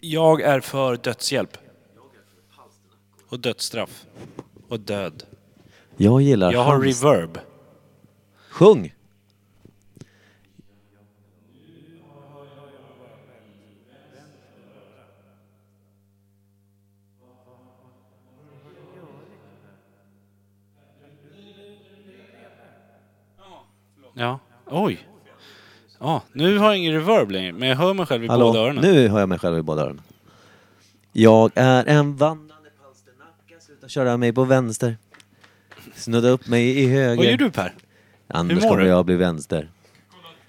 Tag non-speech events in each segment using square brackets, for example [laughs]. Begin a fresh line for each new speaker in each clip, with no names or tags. Jag är för dödshjälp. Och dödsstraff. Och död.
Jag gillar
Jag har
hamst-
reverb.
Sjung!
Ja. Oj. Ja, nu har jag ingen reverb längre, men jag hör mig själv i båda
Hallå,
öronen.
nu hör jag mig själv i båda öronen. Jag är en vandrande palsternacka, sluta köra mig på vänster. Snudda upp mig i höger.
Vad gör du Per?
Annars
Hur mår
kommer
du?
jag bli vänster.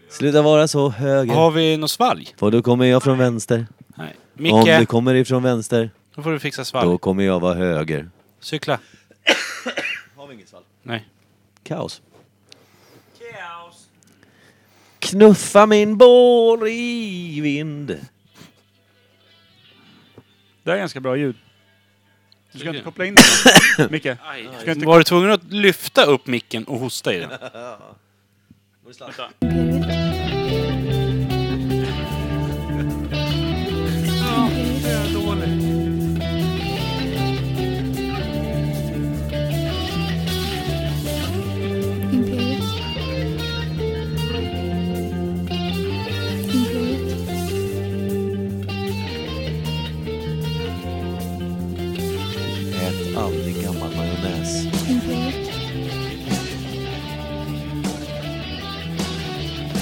Sluta vara så höger.
Har vi något svalg?
För då kommer jag från vänster.
Nej.
Om du
Micke,
kommer ifrån vänster,
då får du fixa
då
svalg.
kommer jag vara höger.
Cykla.
[coughs] Har vi inget svalg?
Nej.
Kaos. Knuffa min bål i vind.
Det är ganska bra ljud. Du ska
Tycker
inte
jag.
koppla in [laughs] den, Micke. Du ska inte
Var du tvungen att lyfta upp micken och hosta i
[laughs]
den?
Imperiet. Imperiet.
Ät aldrig gammal majonnäs.
Imperiet.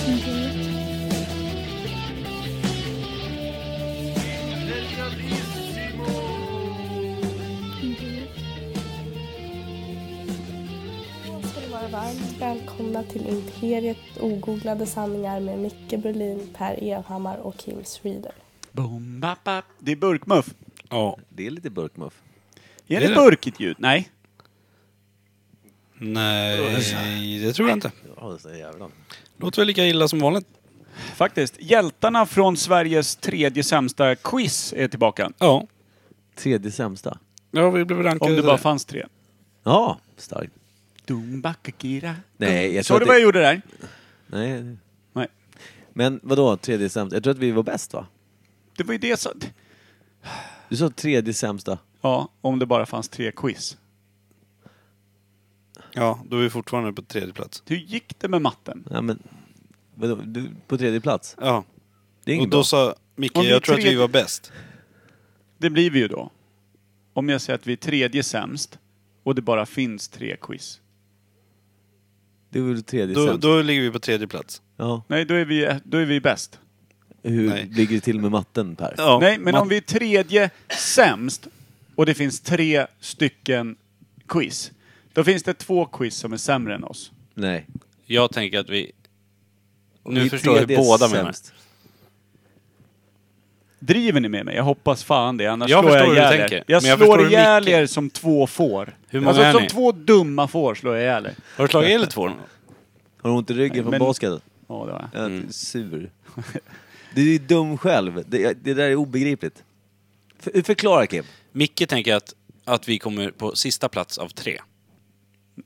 Imperiet. Imperiet.
Då ska ni vara varmt välkomna till Imperiet ogooglade sanningar med Micke Berlin, Per Evhammar och Kim Reader.
Boom, bap, bap. Det är burkmuff.
Ja.
Det är lite burkmuff.
Är
Det är
det
det.
burkigt ljud? Nej.
Nej, det tror jag inte.
Ja, det säger jävlar.
Låter väl lika illa som vanligt.
Faktiskt. Hjältarna från Sveriges tredje sämsta quiz är tillbaka.
Ja.
Tredje sämsta.
Ja, vi blev rankade.
Om det bara
där.
fanns tre.
Ja, starkt.
Dumbakakira.
Nej, jag tror
Såg
att
du vad
det-
jag gjorde där?
Nej.
Nej.
Men vadå, tredje sämsta? Jag tror att vi var bäst va?
Det var ju det som...
Du sa tredje sämsta.
Ja, om det bara fanns tre quiz.
Ja, då är vi fortfarande på tredje plats.
Hur gick det med matten?
Ja, men, vadå, du, på tredje plats?
Ja.
Det är
Och
inget
då
bra.
sa Micke,
Om vi är
jag tror att vi
tredje-
var bäst.
Det blir vi ju då. Om jag säger att vi är tredje sämst och det bara finns tre quiz.
Det är väl tredje
Då,
sämsta.
då ligger vi på tredje plats.
Ja.
Nej, då är vi, då är vi bäst.
Hur
Nej.
ligger det till med matten Per?
Ja.
Nej, men
man-
om vi är tredje sämst och det finns tre stycken quiz. Då finns det två quiz som är sämre än oss.
Nej.
Jag tänker att vi...
Vi
Nu
är
förstår jag
tredje
hur båda menar.
sämst.
Driver ni med mig? Jag hoppas fan det, annars
Jag
slår
förstår
jag
hur du
ihjäl
tänker,
er. Jag
men jag
slår
förstår
ihjäl
mycket.
er som två får.
Hur många
alltså
är
som
ni?
två dumma får slår jag ihjäl er.
Har du slagit ihjäl två?
Har du ont i ryggen
Nej,
från
men-
basket?
Ja, det var jag.
Jag är
Mm.
sur. [laughs] Du är dum själv. Det, det där är obegripligt. För, förklara Kim.
Micke tänker att, att vi kommer på sista plats av tre.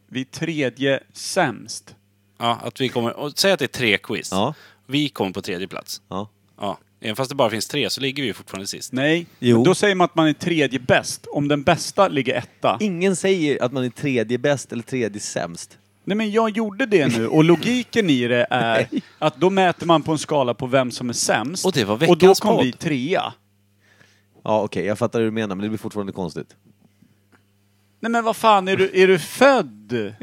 Vi är tredje sämst.
Ja, att vi kommer... Och säg att det är tre quiz.
Ja.
Vi kommer på tredje plats.
Ja.
Ja. Även fast det bara finns tre så ligger vi fortfarande sist.
Nej,
Jo.
men då säger man att man är tredje bäst. Om den bästa ligger etta.
Ingen säger att man är tredje bäst eller tredje sämst.
Nej men jag gjorde det nu och logiken i det är att då mäter man på en skala på vem som är sämst.
Och det var
Och då
veckans
kom
podd.
vi trea.
Ja, okej, jag fattar hur du menar, men det blir fortfarande konstigt.
Nej men vad fan, är du, är du född? Är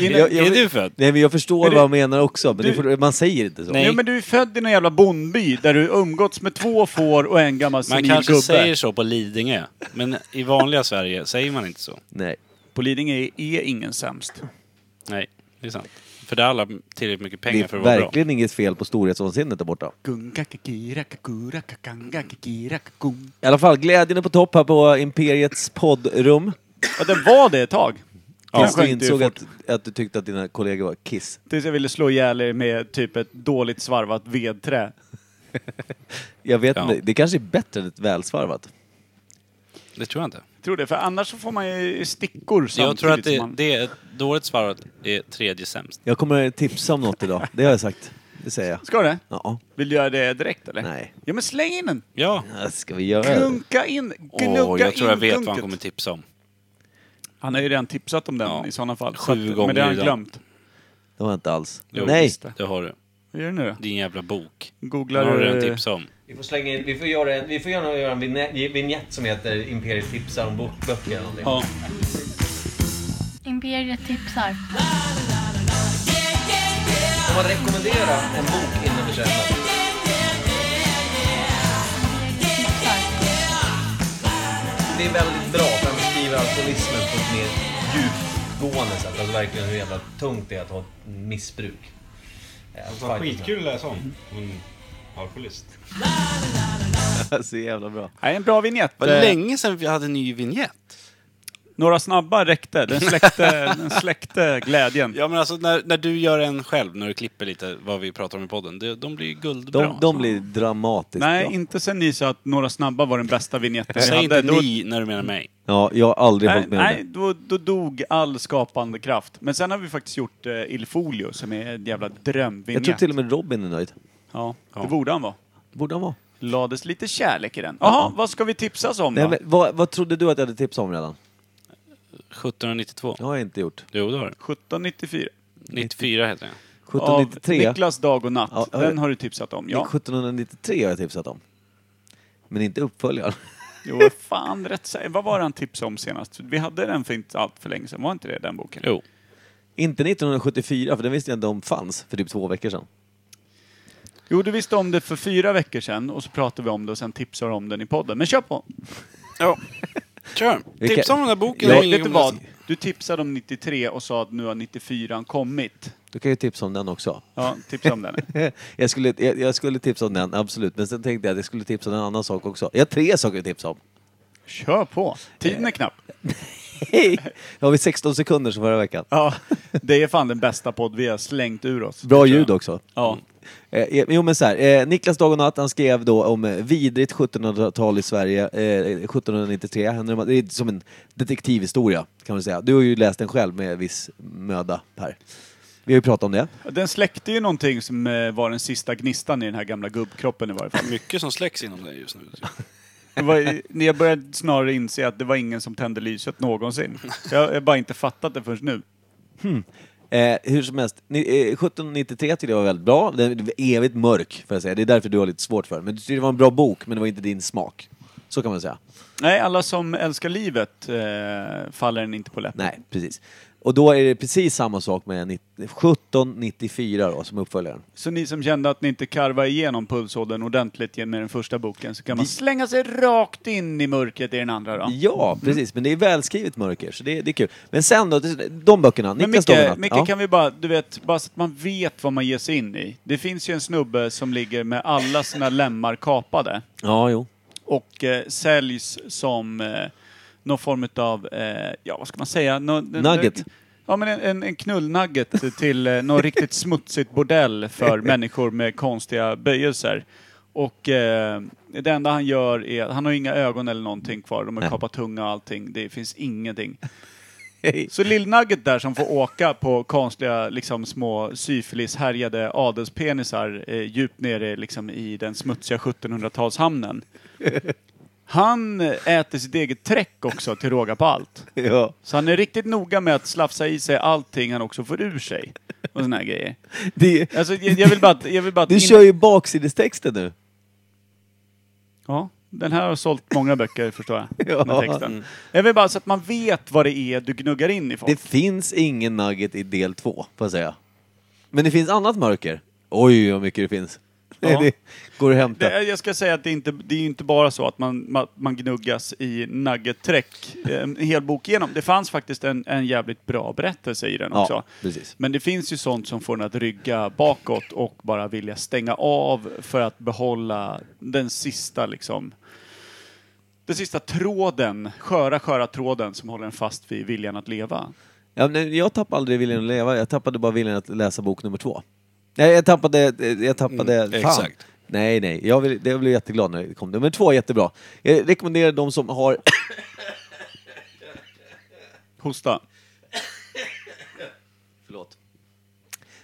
Jag- jag-
är du född?
Nej, men jag förstår
Men det-
vad han menar också, men det
du-
får, man säger inte så.
Nej.
Jo men du är född i någon jävla bondby där du umgåtts med två får och en gammal
Man
senil
kanske
gubbe.
säger så på Lidingö, men i vanliga Sverige säger man inte så.
Nej.
På Lidingö är, är ingen sämst.
Nej, det är sant. För där har alla tillräckligt mycket
Det
pengar för
är
att vara bra.
verkligen inget fel på storhetsvansinnet där borta.
Gunga kakira kakura kakanga kakira kakum.
I alla fall, glädjen är på topp här på Imperiets poddrum.
Ja den var det ett tag.
Tills
Kanske
du
inte
insåg
fort.
att, att du tyckte att dina kollegor var kiss.
Tills jag ville slå ihjäl er med typ ett dåligt svarvat vedträ.
Jag vet
Ja.
inte, det kanske är bättre än ett välsvarvat.
Det tror jag inte.
tror det, för annars så får man ju stickor samtidigt
Så jag tror att det,
som man...
det är ett dåligt svarat är tredje sämst.
Jag kommer att tipsa om något idag, det har jag sagt. det säger jag.
Ska du det?
Ja.
Vill du göra det direkt eller?
Nej.
Ja men släng in den.
Ja.
Ja, Ska vi göra det?
Klunka in. Gnugga
Åh, jag tror jag
in
vet vad
klunket.
han kommer tipsa om.
Han har ju redan tipsat om den
Ja.
i sådana fall.
Sju
Så att-
gånger
Men det har han
redan.
glömt.
Det var inte alls.
Jo,
Nej!
visst, Det har du.
Vad gör du nu då?
Din jävla bok.
Googlar
Den har du
du...
redan tipsat om.
Vi får, slänga in, vi får göra en, vi får gärna göra en vinä- vignett som heter Imperiet tipsar om bok- böcker eller någonting.
Ja.
Imperiet tipsar.
Om man rekommenderar en bok innan vi köper den. Det är väldigt bra för han beskriver alkoholismen på ett mer djupgående sätt. Alltså verkligen hur jävla tungt det är att ha ett missbruk. Eh,
[laughs]
att läsa om. Hon alkoholist.
Så jävla bra.
Nej, en bra vignett.
Vad
Eh,
länge sedan vi hade en ny vignett.
Några snabba räckte. Den släckte, den släckte glädjen.
Ja men alltså när, när du gör en själv, när du klipper lite vad vi pratar om i podden. De, de blir ju guldbra.
De, de blir dramatiskt
Nej,
bra.
inte sen ni sa att Några snabba var den bästa vignetten vi
Säg
hade.
inte
Då,
ni när du menar mig.
Ja, jag har aldrig
nej,
hållit med om
nej
det.
då, då dog all skapande kraft. Men sen har vi faktiskt gjort eh, Il Folio som är en jävla
Jag
drömvinjett.
tror till och med Robin är nöjd.
Ja, det
Ja.
borde han vara.
Borde han vara.
Lades lite kärlek i den. Jaha, vad ska vi tipsas om då?
Nej, men, vad, vad trodde du att jag hade tips om redan?
1792.
Det har jag inte gjort.
Jo det har du.
1794.
94 heter den.
Av
1793?
Niklas Dag och Natt.
Ja, ja,
den
ja.
har du tipsat om. Ja.
1793 har jag tipsat om. Men inte uppföljaren. [laughs]
Jo, fan rätt säker. Vad var det han tipsade om senast? Vi hade den för inte allt för länge sedan. Var inte det den boken?
Jo.
inte 1974, för den visste jag inte om fanns för typ två veckor sedan.
Jo, du visste om det för fyra veckor sedan och så pratade vi om det och sen tipsade du om den i podden. Men kör på!
Ja. Kör.
Vilka-
Tipsa om den där boken.
Nej,
och ingen
vet du
kommer-
vad? Du tipsade om 93 och sa att nu har 94 kommit.
Du kan ju tipsa om den också. [laughs]
Ja, tipsa om den.
jag, skulle, jag, jag skulle tipsa om den, absolut. Men sen tänkte jag att jag skulle tipsa om en annan sak också. Jag har tre saker att tipsa om. [laughs]
Kör på! Tiden är knapp.
Hej! Då har vi 16 sekunder som förra veckan.
Ja, det är fan den bästa podd vi har slängt ur oss.
Bra ljud också.
Ja.
Eh, eh, jo men så här, eh, Niklas Dag och Natt, han skrev då om eh, vidrigt 1700-tal i Sverige, eh, 1793. Händer det- Det är som en detektivhistoria kan man säga. Du har ju läst den själv med viss möda Per. Vi har ju pratat om det.
Den släckte ju någonting som eh, var den sista gnistan i den här gamla gubbkroppen i
[laughs]
varje fall.
Mycket som släcks inom dig just nu.
Det var, jag började snarare inse att det var ingen som tände
[laughs]
lyset någonsin. Jag har bara inte fattat det förrän nu.
Eh, hur som helst, ni, eh, 1793 tyckte jag var väldigt bra. Den är evigt mörk, får jag säga. Det är därför du har lite svårt för den. Men du tyckte det var en bra bok, men det var inte din smak. Så kan man säga.
Nej, alla som älskar livet eh, faller den inte på läppen.
Nej, precis. Och då är det precis samma sak med 19- 1794 då, som uppföljaren.
Så ni som kände att ni inte karvade igenom pulsådern ordentligt med den första boken så kan man slänga sig rakt in i mörkret i den andra då.
Ja, precis. Men det är välskrivet mörker, så det, det är kul. Men sen då, de böckerna.
Men
Niklas
Micke,
Dominat.
Micke
ja.
kan vi bara, du vet, bara så att man vet vad man ger sig in i. Det finns ju en snubbe som ligger med alla sina lemmar kapade.
ja, jo.
och eh, säljs som eh, någon form av, eh, ja vad ska man säga? Nå, den-
Nugget.
den- Ja men en, en, en knullnugget till eh,
[laughs]
någon riktigt smutsigt bordell för människor med konstiga böjelser. Och eh, det enda han gör är, han har inga ögon eller någonting kvar, de har
Nej.
kapat tunga och allting, det finns ingenting. Så Lill-Nugget där som får åka på konstiga liksom, små syfilishärjade adelspenisar eh, djupt nere liksom, i den smutsiga 1700-talshamnen. Han äter sitt eget träck också till råga på allt.
[laughs] Ja.
Så han är riktigt noga med att slafsa i sig allting han också får ur sig. Och såna här grejer.
Det,
Alltså, jag, jag vill bara att... Jag vill bara att
du
in-
kör ju baksidestexten nu.
Ja, den här har sålt många böcker förstår jag.
Ja.
Den texten. Jag vill bara så att man vet vad det är du gnuggar in i folk.
Det finns ingen nugget i del två, får jag säga. Men det finns annat mörker. Oj, vad mycket det finns. [laughs]
Ja.
det går att hämta.
Det, jag ska säga att det inte, det är ju inte bara så att man, man, man gnuggas i nugget-träck eh, en hel bok igenom. Det fanns faktiskt en, en jävligt bra berättelse i den
Ja,
också.
precis.
Men det finns ju sånt som får en att rygga bakåt och bara vilja stänga av för att behålla den sista liksom den sista tråden, sköra, sköra tråden som håller en fast vid viljan att leva.
Ja, men jag tappade aldrig viljan att leva, jag tappade bara viljan att läsa bok nummer två. Nej, jag tappade... Jag tappade
Mm,
fan.
exakt.
Nej, nej. Jag, vill, jag blev jätteglad när det kom. Nummer två är jättebra. Jag rekommenderar de som har...
Hosta.
Förlåt.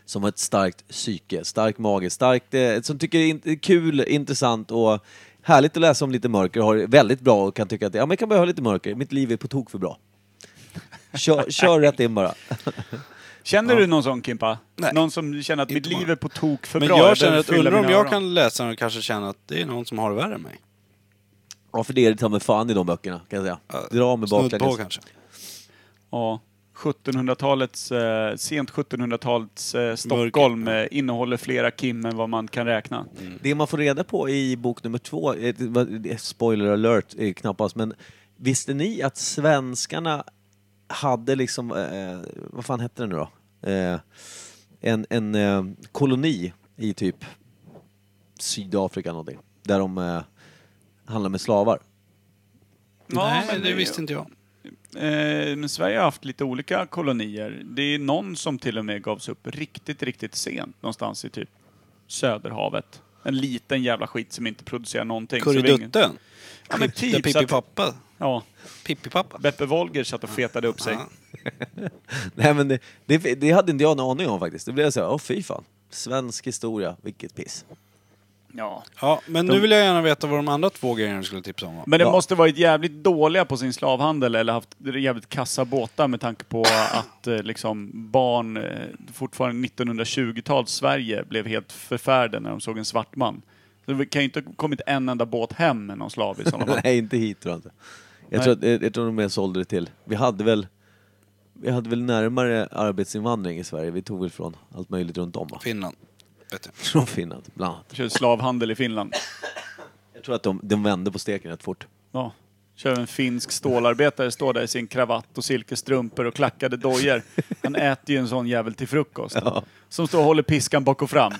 som har ett starkt psyke, stark mage, starkt, eh, som tycker det är in- kul, intressant och härligt att läsa om lite mörker och har det väldigt bra och kan tycka att ja, men jag kan behöva lite mörker, mitt liv är på tok för bra. Kör, kör rätt
[laughs]
in bara.
Känner du någon sån Kimpa?
Nej.
Någon som känner att mitt
Inte
liv är på tok för
Men
bra?
jag känner
behöver
att,
fylla
undrar om
mina
jag
öron.
kan läsa den och kanske känna att det är någon som har det värre än mig.
Ja, för det är det ta mig fan i de böckerna kan jag säga. Dra mig
Snudd på
baklänges.
kanske.
Ja. 1700-talets, eh, sent 1700-talets eh, Stockholm eh, innehåller flera Kim än vad man kan räkna.
Det man får reda på i bok nummer två, eh, det var- det- spoiler alert eh, knappast, men visste ni att svenskarna hade liksom, eh, vad fan hette det nu då? Eh, en en eh, koloni i typ Sydafrika någonting, där de eh, handlar med slavar. [laughs]
Nej,
men
det visste inte jag.
Eh, men Sverige har haft lite olika kolonier. Det är någon som till och med gavs upp riktigt, riktigt sent. Någonstans i typ Söderhavet. En liten jävla skit som inte producerar någonting. så det är ingen-
Kurredutten?
Ja, men
Där
typ. Så
Pippi
att,
pappa,
ja,
Pippi pappa.
Beppe Wolger satt och fetade upp sig.
Ja.
Nej men det, det, det hade inte jag en aning om faktiskt. Det blev så här, åh fy fan. Svensk historia, vilket piss.
Ja.
Ja, men nu vill jag gärna veta vad de andra två grejerna du skulle tipsa om var.
Men det
Ja.
måste varit jävligt dåliga på sin slavhandel eller haft jävligt kassa båtar med tanke på att eh, liksom barn, eh, fortfarande 1920-tals Sverige, blev helt förfärde när de såg en svart man. Så Det kan ju inte ha kommit en enda båt hem med någon slav i sådana fall.
[laughs] Nej, inte hit tror jag inte. Jag
Nej.
tror, att, jag, jag tror de mer sålde det till. Vi hade väl vi hade väl närmare arbetsinvandring i Sverige. Vi tog väl från allt möjligt runt om va?
Finland. Vet jag.
Från Finland, bland annat.
Kör slavhandel i Finland.
Jag tror att de, de vände på steken rätt fort.
Ja. Kör en finsk stålarbetare, står där i sin kravatt och silkesstrumpor och klackade dojor. Han äter ju en sån jävel till frukost. Som står och håller piskan bak och fram.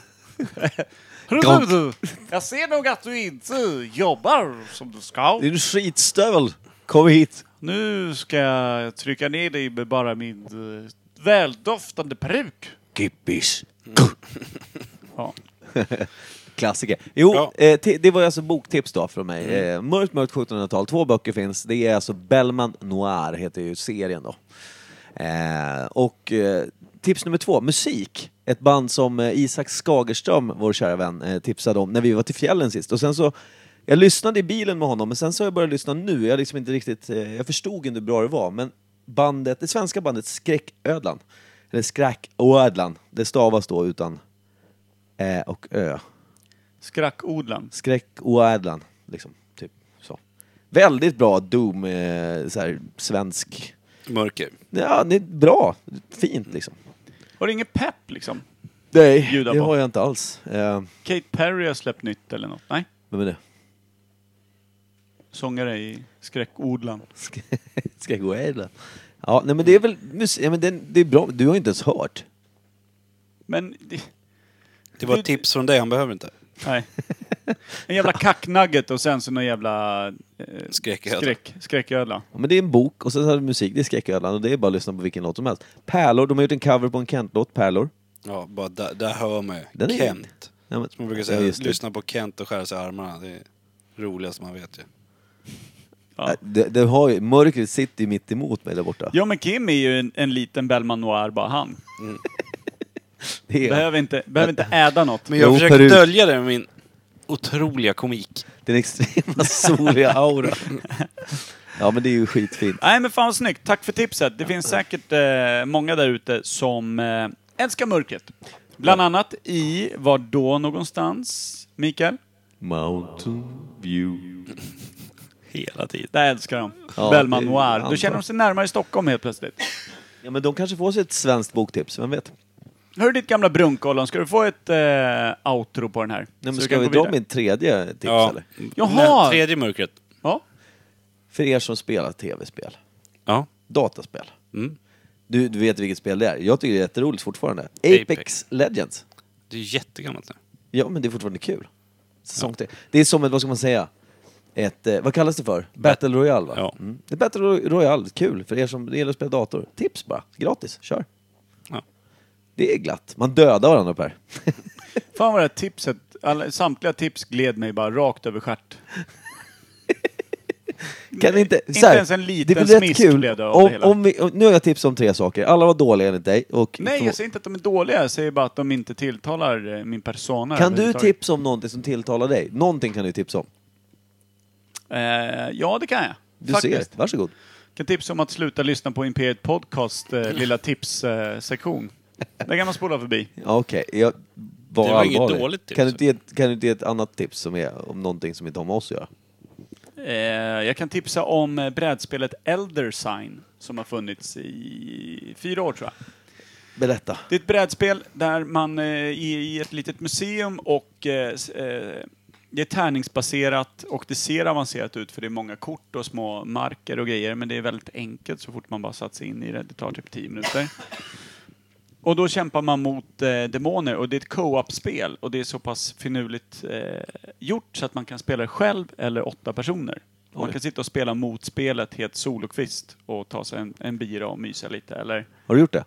Gonk.
jag ser nog att du inte jobbar som du ska.
Din skitstövel! Kom hit!
Nu ska jag trycka ner dig med bara min eh, väldoftande peruk.
Kippis!
Ja.
Klassiker. Jo,
Ja.
eh, ti- det var ju alltså boktips då från mig. Eh, mörkt, mörkt 1700-tal. Två böcker finns. Det är alltså Bellman Noir, heter ju serien då. Eh, och eh, tips nummer två, musik. Ett band som eh, Isak Skagerström, vår kära vän, eh, tipsade om när vi var till fjällen sist. Och sen så, jag lyssnade i bilen med honom, men sen så har jag börjat lyssna nu. Jag, liksom inte riktigt, eh, jag förstod inte hur bra det var, men bandet, det svenska bandet Skräcködlan, eller Skräcködlan, det stavas då utan Ä och Ö.
Skrackodlan.
Skräck och ädlan, liksom. Typ så. Väldigt bra Doom, eh, så här, svensk.
Mörker.
Ja, det är bra. Fint liksom.
Har du ingen pepp liksom?
Nej,
Bjuda
det
på.
har jag inte alls. Eh,
Kate Perry har släppt nytt eller något? Nej.
vem är det?
Sångare i Skräckodlan.
Sk- [laughs] Skräck och ädlan. Ja, nej men det är väl mus- ja, men det, det är bra. Du har inte ens hört.
Men... [laughs]
Det
Det...
var ett tips från dig, han behöver inte.
Nej. En jävla kacknugget och sen så någon jävla... Eh,
Skräcködla.
Skräck, skräcködla.
Ja, men det är en bok och sen så har du musik. Det är Skräcködlan och det är bara att lyssna på vilken låt som helst. Pärlor, de har gjort en cover på en Kent-låt, Pärlor.
Ja, bara där, där hör man ju.
Den är-
Kent.
Ja, men,
Som man brukar
ja,
säga,
just det.
lyssna på Kent och skära sig i armarna. Det är roligast man vet ju.
Ja, Det, det har ju, mörkret sitter ju mitt emot mig där borta.
Ja men Kim är ju en, en liten Bellman Noir bara han.
Det är,
Behöver inte, behöver inte äda något.
Men jag
Jo,
försöker
peruk.
dölja det med min otroliga komik.
Den extrema [laughs] soliga aura. Ja men det är ju skitfint.
Nej men fan vad snyggt, tack för tipset. Det finns säkert eh, många där ute som eh, älskar mörkret. Bland annat i, var då någonstans, Mikael?
Mountain View.
Hela tiden.
Där älskar de.
Ja,
Bellman
det
Noir.
antar.
Då känner de sig närmare Stockholm helt plötsligt.
Ja men de kanske får sig ett svenskt boktips, vem vet?
Hör du ditt gamla brunkollon, ska du få ett eh, outro på den här?
Nej, men
Så du
ska
kan
vi
gå
dra
vidare.
min tredje tips
Ja.
eller?
Jaha!
Nej, Tredje mörkret.
Ja.
För er som spelar tv-spel,
Ja.
dataspel.
Mm.
Du, du vet vilket spel det är? Jag tycker det är jätteroligt fortfarande. Apex,
Apex.
Legends.
Det är ju jättegammalt nu.
Ja men det är fortfarande kul. Säsong till. Det är som ett, vad ska man säga? Ett, eh, vad kallas det för? Battle Royale va?
Ja.
Mm. Det är Battle Roy- Royale, kul för er som det gillar att spela dator. Tips bara, gratis, kör.
Ja.
Det är glatt. Man dödar varandra Per.
Fan vad det här tipset, alla, samtliga tips gled mig bara rakt över stjärt.
Kan inte,
Inte
så här,
ens en liten
det är väl rätt
smisk
kul
blev det av det
om,
hela.
om vi, om- Nu har jag tips om tre saker. Alla var dåliga enligt dig. Och
Nej, jag säger inte att de är dåliga. Jag säger bara att de inte tilltalar eh, min persona.
kan du
överhuvudtaget.
tipsa om någonting som tilltalar dig? Någonting kan du tipsa om.
Eh, ja, det kan jag.
Du
Faktiskt.
ser, varsågod.
Kan tipsa om att sluta lyssna på Imperiet Podcast eh, lilla tipssektion. Den kan man spola förbi.
Ja, Okej, jag var,
Det var inget
allvarlig.
dåligt tips.
Kan du, inte ge, ett- kan du inte ge ett annat tips som är om någonting som inte har med oss att göra?
Eh, jag kan tipsa om eh, brädspelet Elder Sign som har funnits i fyra år tror jag.
Berätta.
Det är ett brädspel där man eh, är i ett litet museum och eh, s- eh, det är tärningsbaserat och det ser avancerat ut för det är många kort och små marker och grejer men det är väldigt enkelt så fort man bara satt sig in i det. Det tar typ 10 minuter. Och då kämpar man mot eh, demoner och det är ett co-op-spel och det är så pass finurligt eh, gjort så att man kan spela det själv eller åtta personer. Och Man kan sitta och spela mot spelet helt solokvist och ta sig en, en bira och mysa lite eller
Har du gjort det?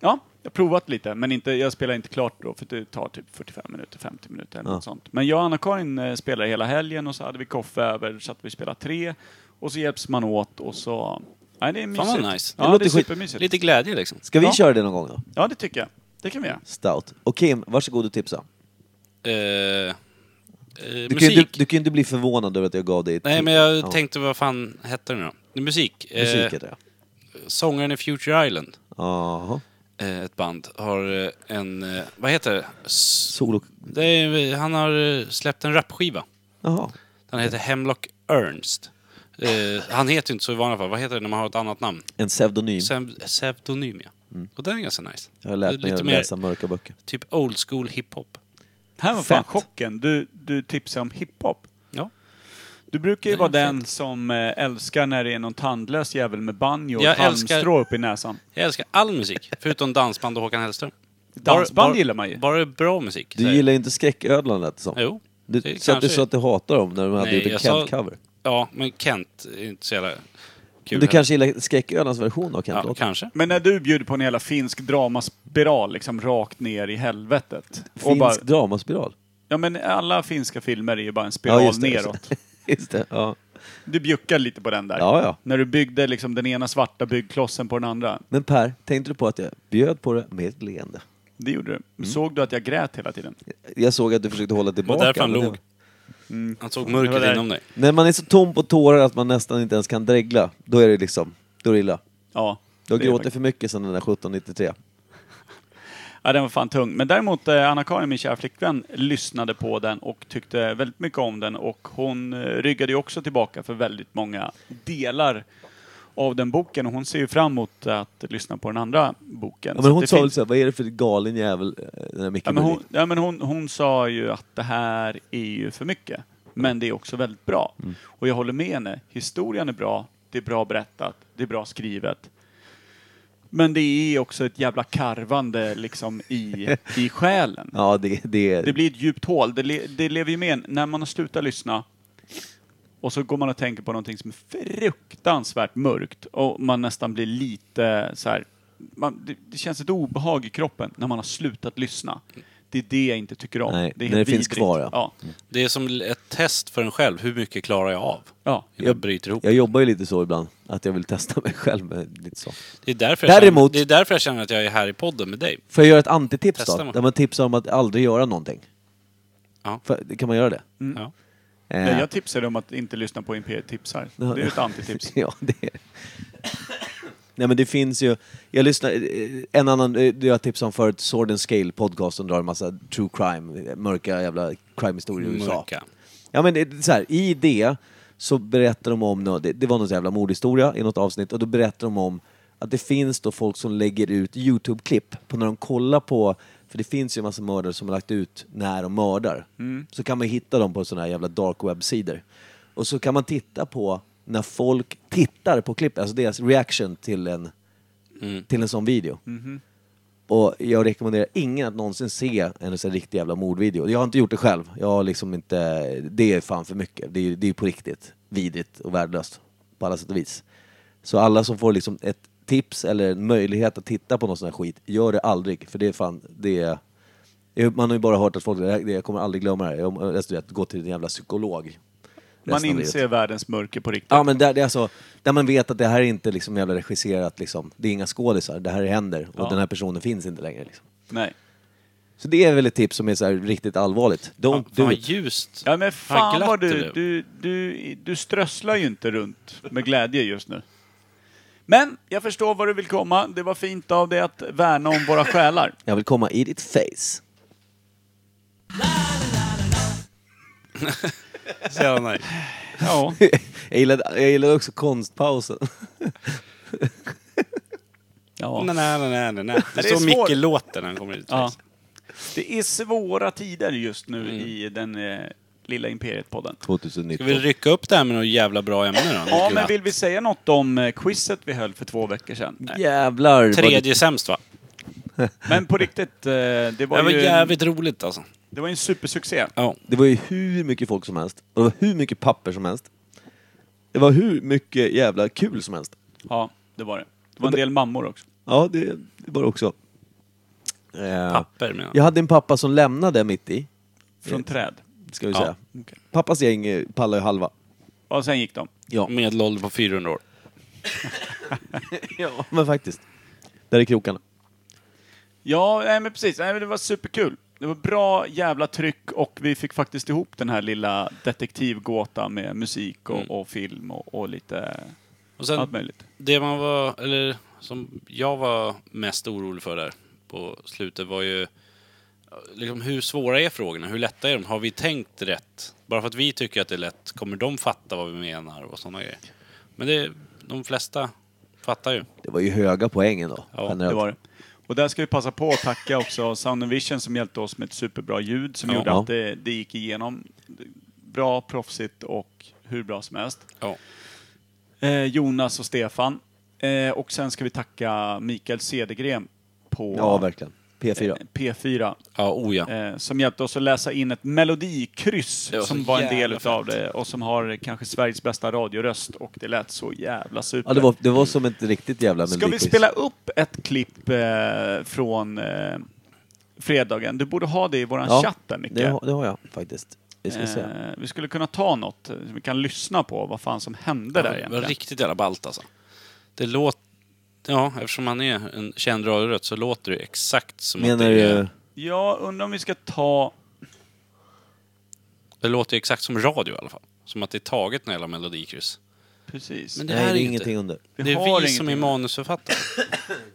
Ja, jag har provat lite, men inte, jag spelar inte klart då för det tar typ 45 minuter, 50 minuter eller
Ja.
något sånt. Men jag och Anna-Karin eh, spelade hela helgen och så hade vi koffe över så att vi spelade tre och så hjälps man åt och så... Nej, det är mysigt.
Fan vad nice.
Ja,
Det
det,
låter
är
skit-
supermysigt.
Lite glädje liksom.
Ska vi
Ja.
köra det någon gång då?
Ja, det tycker jag. Det kan vi göra.
Stout. Och Kim, varsågod och tipsa.
Eh, eh,
Du
musik.
kan, ju, inte- du kan ju inte bli förvånad över att jag gav dig ett
Nej,
tips.
men jag
Ja,
tänkte vad fan hette den då? Musik. Eh,
Musik heter det.
Sångaren i Future Island,
Jaha.
eh, ett band, har eh, en... Eh, vad heter det? S-
Solo...
det är, han har eh, släppt en rapskiva.
Jaha.
Den heter Hemlock Ernst. Eh, han heter ju inte så i vanliga fall. Vad heter det när man har ett annat namn?
En pseudonym.
Sem- Pseudonym, ja. Och den är ganska nice.
Mm. Jag har lärt mig
Lite
att
mer
läsa mörka böcker.
typ old school hiphop.
Det här var fan
Fett.
chocken. Du, du tipsade om hiphop.
Ja.
Du brukar ju
Det är
vara den som eh, älskar när det är någon tandlös jävel med banjo och
Jag
ett
älskar-
halmstrå upp i näsan.
Jag älskar all musik, förutom dansband och Håkan Hellström.
Dansband
Bara- bara-
gillar man ju.
Bara det är bra musik.
Du
så här.
gillar inte skräcködlan lät det som.
Jo.
Du,
det
så att du
kanske-
sa att du hatar dem när de hade
Nej,
gjort en
jag sa-
Kent-cover.
Ja, men Kent är inte så jävla kul.
Men du
heller.
kanske Mm. gillar skräcködlans version av
Ja,
Kent-låten?
kanske.
Men när du bjuder på en jävla finsk dramaspiral, liksom rakt ner i helvetet. och
Finsk
bara-
dramaspiral.
Ja men alla finska filmer är ju bara en
Ja,
spiral
just det. [laughs]
neråt.
just det. Ja.
Du bjuckar lite på den där.
ja, ja.
När du byggde liksom den ena svarta byggklossen på den andra.
Men Per, tänkte du på att jag bjöd på det med ett leende?
Det gjorde du.
Mm.
Såg du att jag grät hela tiden?
Jag såg att du försökte hålla tillbaka.
därför han
men det-
log. Han såg
Det var där.
mörkret inom dig.
När man är så tom på tårar att man nästan inte ens kan dregla, då är det liksom, då är det illa.
Ja.
Du har
det är
gråtit
faktiskt-
för mycket sedan den där 1793.
Ja, den var fan tung. Men däremot eh, Anna-Karin, min kära flickvän, lyssnade på den och tyckte väldigt mycket om den. Och hon eh, ryggade ju också tillbaka för väldigt många delar av den boken. Och hon ser ju fram emot att lyssna på den andra boken.
Ja,
Så
men hon sa
Alltså, det finns-
väl såhär, vad är det för galen jävel, eh, den där Micke
Ja, men
Berlin?
hon, ja, men hon, hon sa ju att det här är ju för mycket. Men det är också väldigt bra.
Mm.
Och jag håller med henne. Historien är bra. Det är bra berättat. Det är bra skrivet. Men det är också ett jävla karvande liksom i, i själen.
Ja, det, det,
Det blir ett djupt hål. Det, le, det lever ju med en när man har slutat lyssna och så går man och tänker på någonting som är fruktansvärt mörkt och man nästan blir lite så här. Man, det, det känns ett obehag i kroppen när man har slutat lyssna. Det är det jag inte tycker om.
Nej,
det är
när
helt
det finns
vidrigt.
kvar, ja.
ja.
Det är som ett test för en själv. Hur mycket klarar jag av?
Ja.
Innan jag bryter ihop.
Jag jobbar ju lite så ibland, att jag vill testa mig [laughs] själv med lite så.
Det är, därför jag
Däremot-
känner, det är därför jag känner att jag är här i podden med dig.
Får jag göra ett antitips
Testa
då?
man.
Där man tipsar om att aldrig göra någonting.
Ja.
För, kan man göra det?
Ja.
Eh,
Mm.
[laughs]
Nej, jag tipsade om att inte lyssna på Imperiet tipsar. Det är ju ett antitips.
[laughs] ja, det är Nej men det finns ju, jag lyssnar, eh, en annan, eh, det jag tipsade om förut, Sword and Scale podcast som drar en massa true crime, eh, mörka jävla crime-historier i USA.
Mörka.
Ja men det är så här, i det så berättar de om, nå- det, det var någon jävla mordhistoria i något avsnitt och då berättar de om att det finns då folk som lägger ut Youtube-klipp på när de kollar på, för det finns ju en massa mördare som har lagt ut när de mördar. Så kan man hitta dem på sådana här jävla dark web-sidor. Och så kan man titta på när folk tittar på klippet, alltså deras reaction till en, till en sån video. Och jag rekommenderar ingen att någonsin se en sån här riktig jävla mordvideo. Jag har inte gjort det själv. Jag har liksom inte... Det är fan för mycket. Det är, det är på riktigt vidrigt och värdelöst. På alla sätt och vis. Så alla som får liksom ett tips eller en möjlighet att titta på någon sån här skit, gör det aldrig. För det är fan... Det är, man har ju bara hört att folk, det här- jag kommer aldrig glömma det här. Jag, jag, jag, gå till en jävla psykolog.
Man
resten av livet.
inser världens mörker på riktigt.
Ja, men där, det är alltså, där man vet att det här är inte liksom jävla regisserat, liksom. det är inga skådisar, det här händer och
Ja.
den här personen finns inte längre. Liksom.
Nej.
Så det är väl ett tips som är så här riktigt allvarligt. Don't
Fan
do
vad
it.
ljust.
Ja men
Vad
fan
glatt
vad
det
du,
blev.
du, du, du strösslar ju inte runt med glädje just nu. Men jag förstår vad du vill komma. Det var fint av dig att värna om
[laughs]
våra själar.
Jag vill komma i ditt face. [laughs]
Så jävla nej.
Ja.
jag, gillade, jag gillade också konstpausen.
[laughs]
ja.
Nej, nej, nej, nej, nej, nej. Det,
[laughs] det
står
är svårt.
Micke låter när han kommer ut.
ja. Det är svåra tider just
Mm.
nu i den eh, lilla Imperiet-podden.
2019.
Ska vi rycka upp det här med något jävla bra ämne då?
Ja, men vill vi säga något om eh, quizet vi höll för två veckor sedan?
Jävlar. vad
Tredje sämst va?
Men på riktigt, eh, det var,
Det var
ju
jävligt roligt alltså.
En, det var en supersuccé.
Ja.
Det var ju hur mycket folk som helst. Och det var hur mycket papper som helst. Det var hur mycket jävla kul som helst.
Ja, det var det. Det var en del mammor också.
Ja, det, det var det också. Eh,
Papper menar
Jag hade en pappa som lämnade mitt i,
Från träd.
ska vi
Ja,
säga. Pappas gäng eh, pallar ju
[laughs]
halva.
Och sen gick de.
jag. Medelålder på 400 år.
Ja, men faktiskt. Där är krokarna.
Ja, nej, men precis. Nej, men det var superkul. Det var bra jävla tryck och vi fick faktiskt ihop den här lilla detektivgåta med musik och, och film och, och lite
Och
allt
Mm. sen
möjligt.
det man var, eller som jag var mest orolig för där på slutet var ju liksom, hur svåra är frågorna? Hur lätta är de? Har vi tänkt rätt? Bara för att vi tycker att det är lätt, kommer de fatta vad vi menar och sådana grejer? Men det, de flesta fattar ju.
Det var ju höga poäng ändå.
Ja,
generellt.
Det var det. Och där ska vi passa på att tacka också Sound and Vision som hjälpte oss med ett superbra ljud som
Ja.
gjorde att det, det gick igenom bra, proffsigt och hur bra som helst.
Ja.
Eh, Jonas och Stefan. Eh, och sen ska vi tacka Mikael Cedergren på
Ja, verkligen. P4.
eh, P4
Ja, oh ja.
eh, som hjälpte oss att läsa in ett melodikryss
Det var så
som var en del
jävla
utav
fett.
det och som har kanske Sveriges bästa radioröst och det lät så jävla super.
Ja, det var, det var som ett riktigt jävla
Ska vi
melodikryss.
spela upp ett klipp eh, från eh, fredagen? Du borde ha det i våran
Ja,
chatt där, Micke.
Det, har- det har jag faktiskt. Vi ska se.
Eh, vi skulle kunna ta något eh, som vi kan lyssna på, vad fan som hände där
var
egentligen.
riktigt jävla ballt alltså. Det låter... Ja, eftersom han är en känd radiorött så låter det exakt som att
Menar
det är...
du...
Jag undrar om vi ska ta...
Det låter ju exakt som radio i alla fall. Som att det är taget när jävla melodikryss.
Precis.
Men det
Nej,
här är
det är
ju
ingenting
inte...
under.
Det
har
är vi
ingenting
som är
med-
manusförfattare.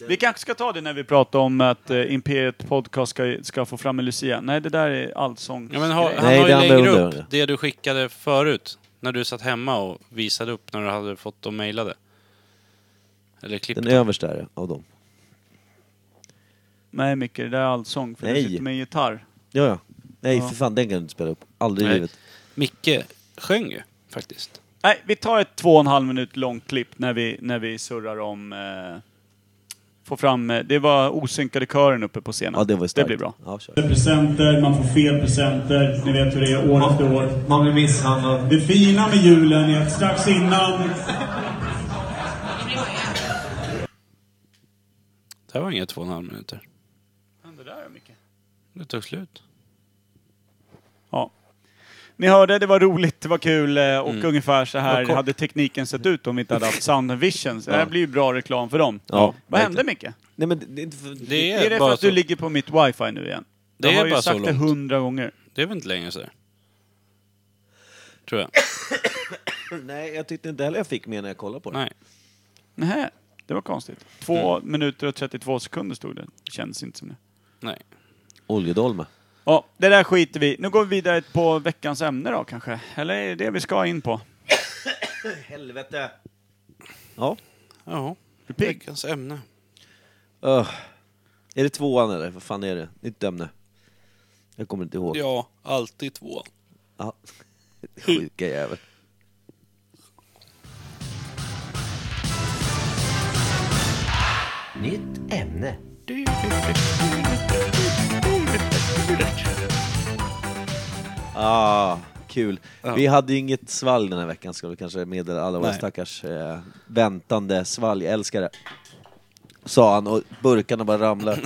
Vi kanske ska ta det när vi pratar om att eh, Imperiet Podcast ska, ska få fram en Lucia. Nej, det där är allsång.
Ja, men har, han
Nej,
har
det
ju
andra
längre
undrar
upp
jag.
det du skickade förut. När du satt hemma och visade upp när du hade fått dem mejlade. Eller klippet.
Den översta är det, av dem.
Nej, Micke, det där är allsång, för
Nej.
du sitter med en gitarr.
Ja, ja. Nej,
Ja.
för fan, den kan du inte spela upp. Aldrig i
Nej.
livet.
Micke sjöng ju faktiskt.
Nej, vi tar ett två och en halv minut långt klipp när vi, när vi surrar om... Eh, får fram... Eh, det var osynkade kören uppe på scenen.
Ja, det var ju starkt.
blir bra.
Ja, kör.
presenter, man får fel presenter. Ni vet hur det är år efter år.
Man blir misshandlad.
Det fina med julen är att strax innan...
Det här var inga två och en halv minuter.
Det där, Micke.
Det tog slut.
Ja. Ni hörde, det var roligt, det var kul eh, och ungefär så
Mm. Det var
här
kort.
hade tekniken sett ut om vi inte
[laughs]
hade haft Sound and Vision. Så det här blir ju bra reklam för dem.
Ja,
Vad
verkligen.
hände Micke?
Nej, men det- det är inte för...
Det är,
Är det för
bara
att du
så.
ligger på mitt wifi nu igen?
Det
jag
är
har ju
bara så
sagt det
långt.
hundra gånger.
Det är väl inte längre sådär? Tror jag.
Nej, jag tyckte inte heller jag fick mer när jag kollade på det.
Nej.
Nähä, det var konstigt. Två
Mm.
minuter och 32 sekunder stod det. Känns inte som det.
Nej.
Oljedolme.
Ja, det där skiter vi i. Nu går vi vidare på veckans ämne då kanske. Eller är det det vi ska in på?
Helvete! Ja.
Ja.
pigg?
Veckans ämne.
Öh. Är det tvåan eller? Vad fan är det? Nytt ämne. Jag kommer inte ihåg.
Ja, alltid två.
Ja. [laughs] Sjuka jävel.
Nytt ämne.
Ah, kul. Vi hade ju inget svalg den här veckan ska vi kanske meddela alla våra
Nej.
stackars eh, väntande svalgälskare. Sa han och burkarna bara ramlade.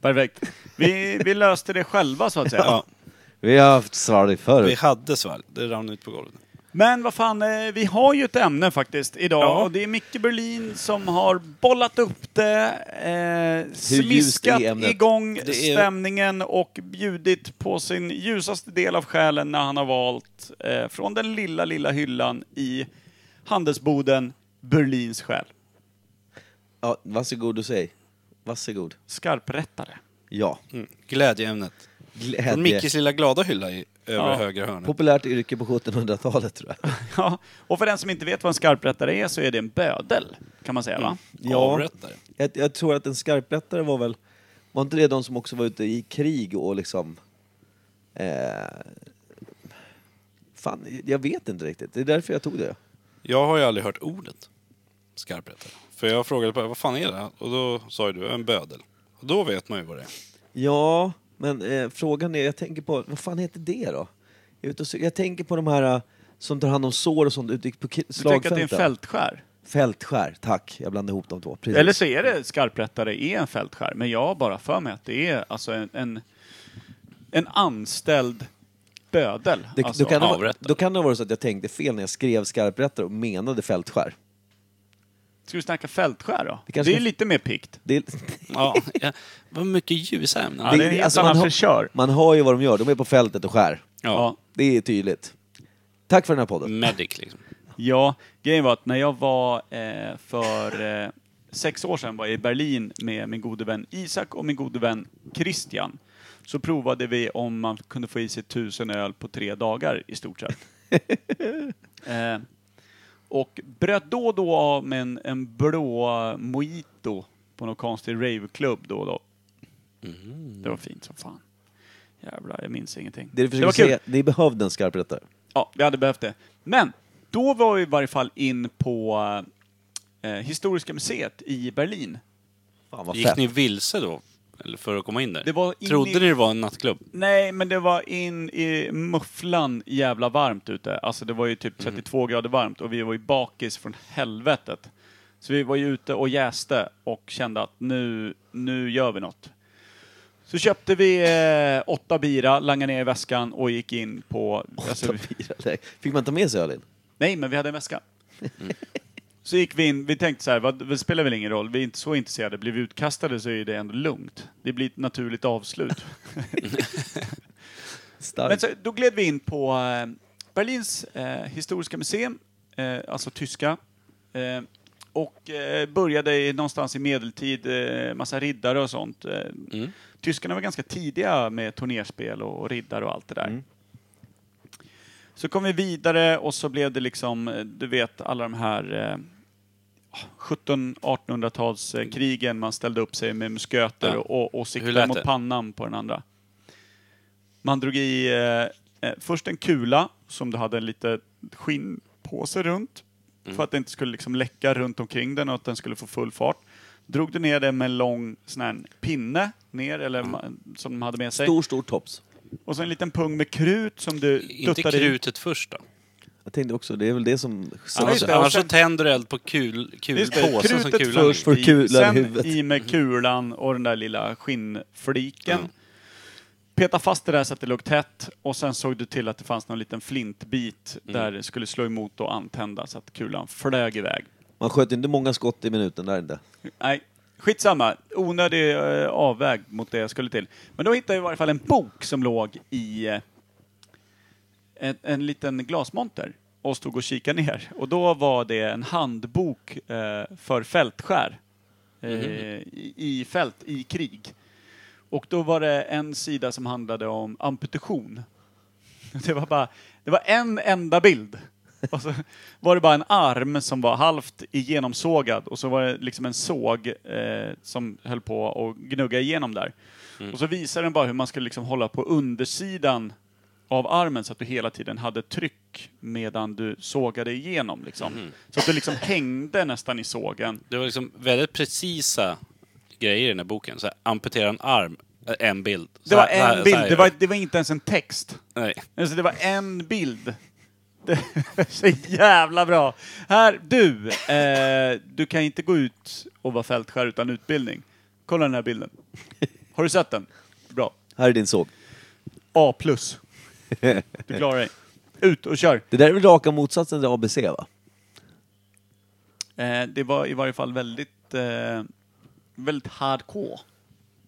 Perfekt. Vi, vi löste det själva så att säga.
[laughs] Ja.
Vi har haft svalg förut.
Vi hade svalg. Det rann ut på golvet.
Men vad fan, eh, vi har ju ett ämne faktiskt idag
Ja.
och det är Micke Berlin som har bollat upp det, eh,
ljust är
smiskat
ämnet?
igång
Det är-
stämningen och bjudit på sin ljusaste del av själen när han har valt eh, från den lilla, lilla hyllan i handelsboden Berlins själ.
Ja, varsågod och säg. Varsågod.
Skarprättare. [laughs]
Ja.
Mm. Glädjeämnet.
Glädje.
Från Mickes lilla glada hylla i övre
Ja.
högra hörnet.
Populärt yrke på 1700-talet tror jag.
Ja, och för den som inte vet vad en skarprättare är så är det en bödel, kan man säga va?
Mm. Ja.
Avrättare.
Jag, jag tror att en skarprättare var väl, var inte det de som också var ute i krig och liksom... Eh, fan, jag vet inte riktigt. Det är därför jag tog det.
Jag har ju aldrig hört ordet skarprättare. För jag frågade på vad fan är det? Och då sa ju du en bödel. Och då vet man ju vad det är.
Ja, men eh, frågan är, jag tänker på, vad fan heter det då? Jag, är ute och, cy- jag tänker på de här eh, som tar hand om sår och sånt ute på ki-
Du tänker att det är en
slagfälten.
fältskär?
Fältskär, tack. Jag blandade ihop de två. Precis.
Eller så är det skarprättare är en fältskär, men jag har bara för mig att det är alltså en, en, en anställd bödel.
det,
alltså,
då, kan det vara,
avrättare.
då kan det vara så att jag tänkte fel när jag skrev skarprättare och menade fältskär.
Ska vi snacka fältskär då? Det,
kanske
är
är-
lite mer pikt.
Det, är-
Ja, [laughs] ja. Vad mycket ljusa ämnen.
[laughs] Ja, det är en helt annan
alltså, man, har-
fräschör.
man hör ju vad de gör, de är på fältet och skär.
Ja.
Det är tydligt. Tack för den här
Mm.
podden.
Medic liksom.
Ja, grejen var att när jag var eh, för eh, sex år sedan var jag i Berlin med min gode vän Isak och min gode vän Christian. Så provade vi om man kunde få i sig tusen öl på tre dagar i
[laughs]
stort sett. eh, och bröt då och då av med en, en blå mojito på någon konstig raveklubb då och då. Det var fint som fan. Jävlar, jag minns ingenting.
Mm. Det du försöker
var kul.
säga, ni behövde en skarprättare.
Ja, vi hade behövt det. Men, då var vi i varje fall in på eh, Historiska museet i Berlin.
Fan vad
Gick
fett. [laughs]
ni vilse då? Eller för att komma in där?
Det var in
Trodde
i-
ni det var en nattklubb?
Nej, men det var in i mufflan jävla varmt ute. Alltså det var ju typ 32 grader varmt och vi var ju bakis från helvetet. Så vi var ju ute och jäste och kände att nu, nu gör vi något. Så köpte vi eh, åtta bira, langade ner i väskan och gick in på... alltså, vi-
Fick man ta med sig ölen?
Nej, men vi hade en väska. [laughs] Så gick vi in, vi tänkte så här, vad, det spelar väl ingen roll, vi är inte så intresserade, blir vi utkastade så är det ändå lugnt. Det blir ett naturligt avslut. men
Starkt.
så, då gled vi in på eh, Berlins eh, historiska museum, eh, alltså tyska, eh, och eh, började i, någonstans i medeltid, eh, massa riddare och sånt. Eh, Tyskarna var ganska tidiga med turnerspel och, och riddare och allt det där. Så kom vi vidare och så blev det liksom, eh, du vet alla de här eh, 1700-1800-talskrigen, man ställde upp sig med musköter
Ja.
och, och
Hur
siktade
lät
mot
det?
pannan på den andra. Man drog i eh, eh, först en kula som du hade en liten skinnpåse runt
Mm.
för att det inte skulle liksom läcka runt omkring den och att den skulle få full fart. Drog du ner den med en lång sån här pinne ner, eller
Mm.
ma- som de hade med sig.
Stor, stor tops.
Och så en liten pung med krut som du
Inte
duttade i.
krutet först då?
Jag tänkte också, det är väl det som...
Ja,
Annars,
just det.
annars
Och
så
sen-
tänder du eld på kul,
Just det,
kulpåsen som
krutet
kulan
först
först.
för
i,
kulan i
sen
huvudet.
i med kulan och den där lilla skinnfliken. Peta fast det där så att det låg tätt och sen såg du till att det fanns någon liten flintbit
Mm.
där det skulle slå emot och antända så att kulan flög iväg.
Man sköt inte många skott i minuten där inte.
Nej, skitsamma. Onödig eh, avväg mot det jag skulle till. Men då hittade jag i varje fall en bok som låg i eh, en, en liten glasmonter och stod och kikade ner. Och då var det en handbok eh, för fältskär eh, i, i fält, i krig. Och då var det en sida som handlade om amputation. Det var bara, det var en enda bild. Och så var det bara en arm som var halvt igenomsågad och så var det liksom en såg eh, som höll på att gnugga igenom där.
Mm.
Och så visade den bara hur man skulle liksom hålla på undersidan av armen så att du hela tiden hade tryck medan du sågade igenom. Liksom.
Mm.
Så att du liksom hängde nästan i sågen.
Det var liksom väldigt precisa grejer i den här boken. Så här, amputera en arm, äh, en bild. Så
Det var
här- så här-
en
så
bild,
här
det
gör
var,
jag.
det var inte ens en text.
Nej.
Alltså det var en bild. Det var så jävla bra. Här, du. Eh, du kan inte gå ut och vara fältskär utan utbildning. Kolla den här bilden. Har du sett den? Bra.
Här är din såg.
A plus. Du klarar dig. Ut och kör!
Det där är väl raka motsatsen till ABC va?
Eh, det var i varje fall väldigt, eh, väldigt hardcore.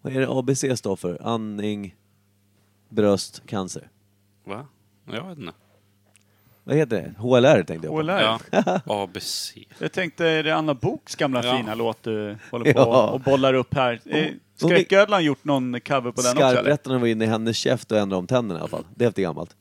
Vad är det ABC står för? Andning, bröst, cancer.
Va? Jag vet inte.
Vad heter det? HLR tänkte jag på.
HLR.
Ja.
[laughs]
ABC.
Jag tänkte, är det Anna Boks gamla
Ja.
fina låt du håller på
Ja.
och bollar upp här? Eh,
och vi-
Skräcködlan gjort någon cover på den också eller?
Skarprättarna var inne i hennes käft och ändrade om tänderna i alla fall. Det är efter gammalt.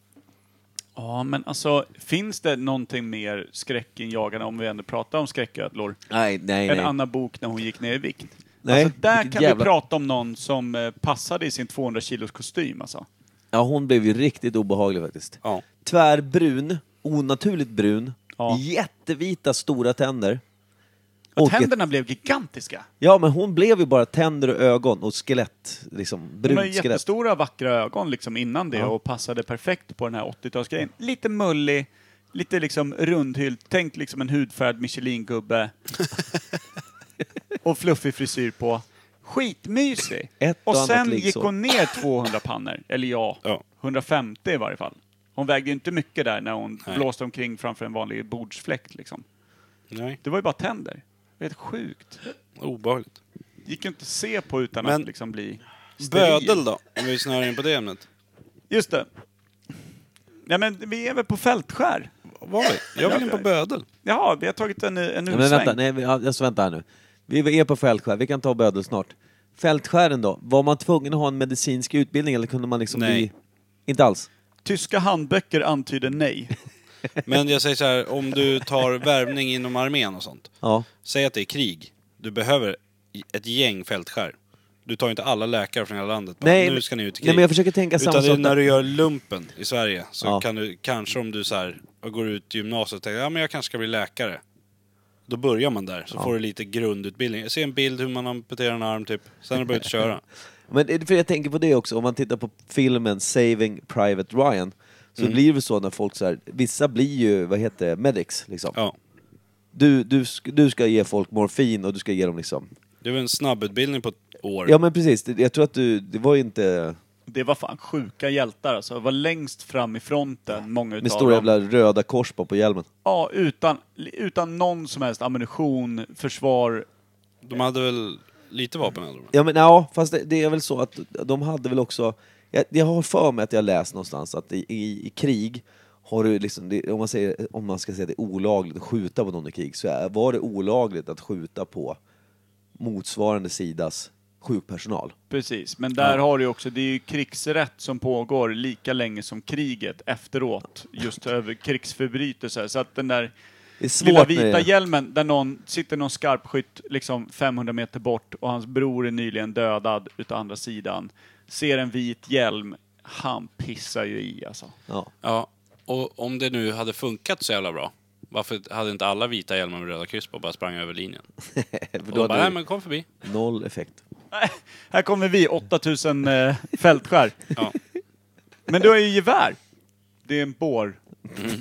Ja, men alltså, finns det någonting mer skräckinjagande, om vi ändå pratar om skräcködlor,
Nej, nej,
än
nej.
Anna Bok när hon gick ner i vikt?
Nej,
alltså, där
vilket
kan
jävla-
vi prata om någon som eh, passade i sin 200 kilos kostym alltså.
Ja, hon blev ju riktigt obehaglig faktiskt.
Ja.
Tvärbrun, onaturligt brun,
Ja.
jättevita stora tänder.
Och
Och ett-
tänderna blev gigantiska.
Ja, men hon blev ju bara tänder och ögon och skelett. Liksom,
Hon har
brunt skelett.
jättestora vackra ögon liksom innan det
Ja.
och passade perfekt på den här 80-talsgrejen. Lite mullig, lite liksom rundhyld, tänk liksom en
[laughs]
hudfärgad Michelin-gubbe. och fluffig frisyr på. Skitmysig!
Ett och
och
annat
sen gick
liggsår.
hon ner 200 pannor, eller ja,
Ja.
150 i varje fall. Hon vägde ju inte mycket där när hon blåste omkring framför en vanlig bordsfläkt liksom.
Nej,
Det var ju bara tänder. Det är Helt sjukt.
obehagligt.
Gick ju inte att se på utan
Men-
att liksom bli steril.
Bödel då, om vi snöar in på det ämnet.
Just det. Ja, men vi är väl på Fältskär?
Var vi? Jag vill in på bödel.
Jaha, vi har tagit en, en
Ja, men
utsväng.
vänta, nej, vi- ja, alltså, vänta här nu. Vi är på Fältskär, vi kan ta bödel snart. Fältskären då, var man tvungen att ha en medicinsk utbildning eller kunde man liksom
Nej.
bli... Inte alls?
Tyska handböcker antyder nej.
Men jag säger så här, om du tar värvning inom armén och sånt.
Ja.
Säg att det är krig. Du behöver ett gäng fältskär. Du tar ju inte alla läkare från hela landet. Bara,
Nej,
nu
men-
ska ni ut i krig.
Nej, men jag försöker tänka samma
Utan det är
sak
när
där.
du gör lumpen i Sverige så
Ja.
kan du kanske om du så här, går ut gymnasiet och tänker ja, men jag kanske ska bli läkare. Då börjar man där, så får du lite grundutbildning. Se en bild hur man amputerar en arm typ, sen är du bara ute och
[laughs]
köra.
Men det- för jag tänker på det också, om man tittar på filmen Saving Private Ryan så blir det väl så när folk så här, vissa blir ju, vad heter det, medics liksom.
Ja.
Du, du, sk- du ska ge folk morfin och du ska ge dem liksom...
Det är väl en snabbutbildning på ett år.
Ja men precis, Det- jag tror att du, det var ju inte...
Det var fan sjuka hjältar alltså. Det var längst fram i fronten, många utav
Med stora
dem.
jävla röda kors på, på hjälmen.
Ja, utan, utan någon som helst ammunition, försvar.
De hade väl lite vapen ändå?
Ja men ja, fast det, det är väl så att de hade väl också... Jag, jag har för mig att jag läst någonstans att i, i, i krig har du liksom, det, om, man säger, om man ska säga det är olagligt att skjuta på någon i krig, så är, var det olagligt att skjuta på motsvarande sidas sjukpersonal.
Precis, men där har du ju också, det är ju krigsrätt som pågår lika länge som kriget efteråt, just över krigsförbrytelser. Så att den där
Det är svårt
Lilla
när
vita
det,
hjälmen där någon, sitter någon skarpskytt liksom 500 meter bort och hans bror är nyligen dödad utav andra sidan. Ser en vit hjälm, han pissar ju i alltså.
ja.
Ja, och om det nu hade funkat så jävla bra, varför hade inte alla vita hjälmar med röda kryss på och bara sprang över linjen?
För
Och
då
de bara, nej
hade
men kom förbi.
det noll effekt.
Här kommer vi, 8000 eh, fältskär.
Ja.
Men du har ju gevär. Det är en bår.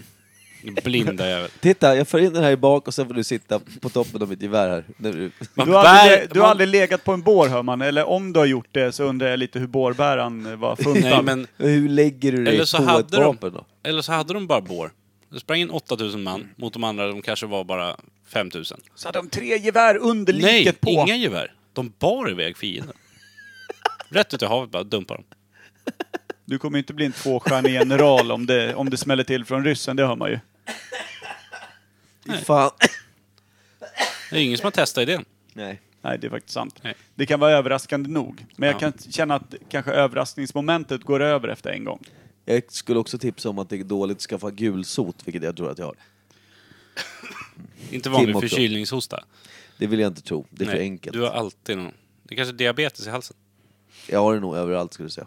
[laughs]
Blinda jävel.
Titta, jag för in den här i bak och sen får du sitta på toppen av mitt gevär här.
[laughs]
När du-
Man
Du har, aldrig,
bär-
du har
man-
aldrig legat på en bår hör man, eller om du har gjort det så undrar jag lite hur bårbäraren eh, var funtad.
Nej, men,
Hur lägger du dig
eller, så
på ett
hade
vapen
de,
då?
eller så hade de bara bår. Det sprang in 8000 man mot de andra, de kanske var bara 5000.
Så hade de tre gevär under
Nej,
liket på.
inga gevär. De bar iväg
[laughs]
fienden. Rätt ut i havet bara, dumpa dem.
Du kommer ju inte bli en tvåstjärnig general om det, om det smäller till från ryssen, det hör man ju.
Fan. [coughs]
Det är ingen som har testat idén.
Nej.
Nej, det är faktiskt sant.
Nej.
Det kan vara överraskande nog. Men jag
Ja.
kan känna att kanske överraskningsmomentet går över efter en gång.
Jag skulle också tipsa om att det är dåligt att skaffa gulsot, vilket jag tror att jag har.
Inte
Tim
vanlig
också.
förkylningshosta.
Det vill jag inte tro. Det är för
Nej,
enkelt.
Du har alltid någon. Det är kanske är diabetes i halsen.
Jag har det nog överallt skulle du säga.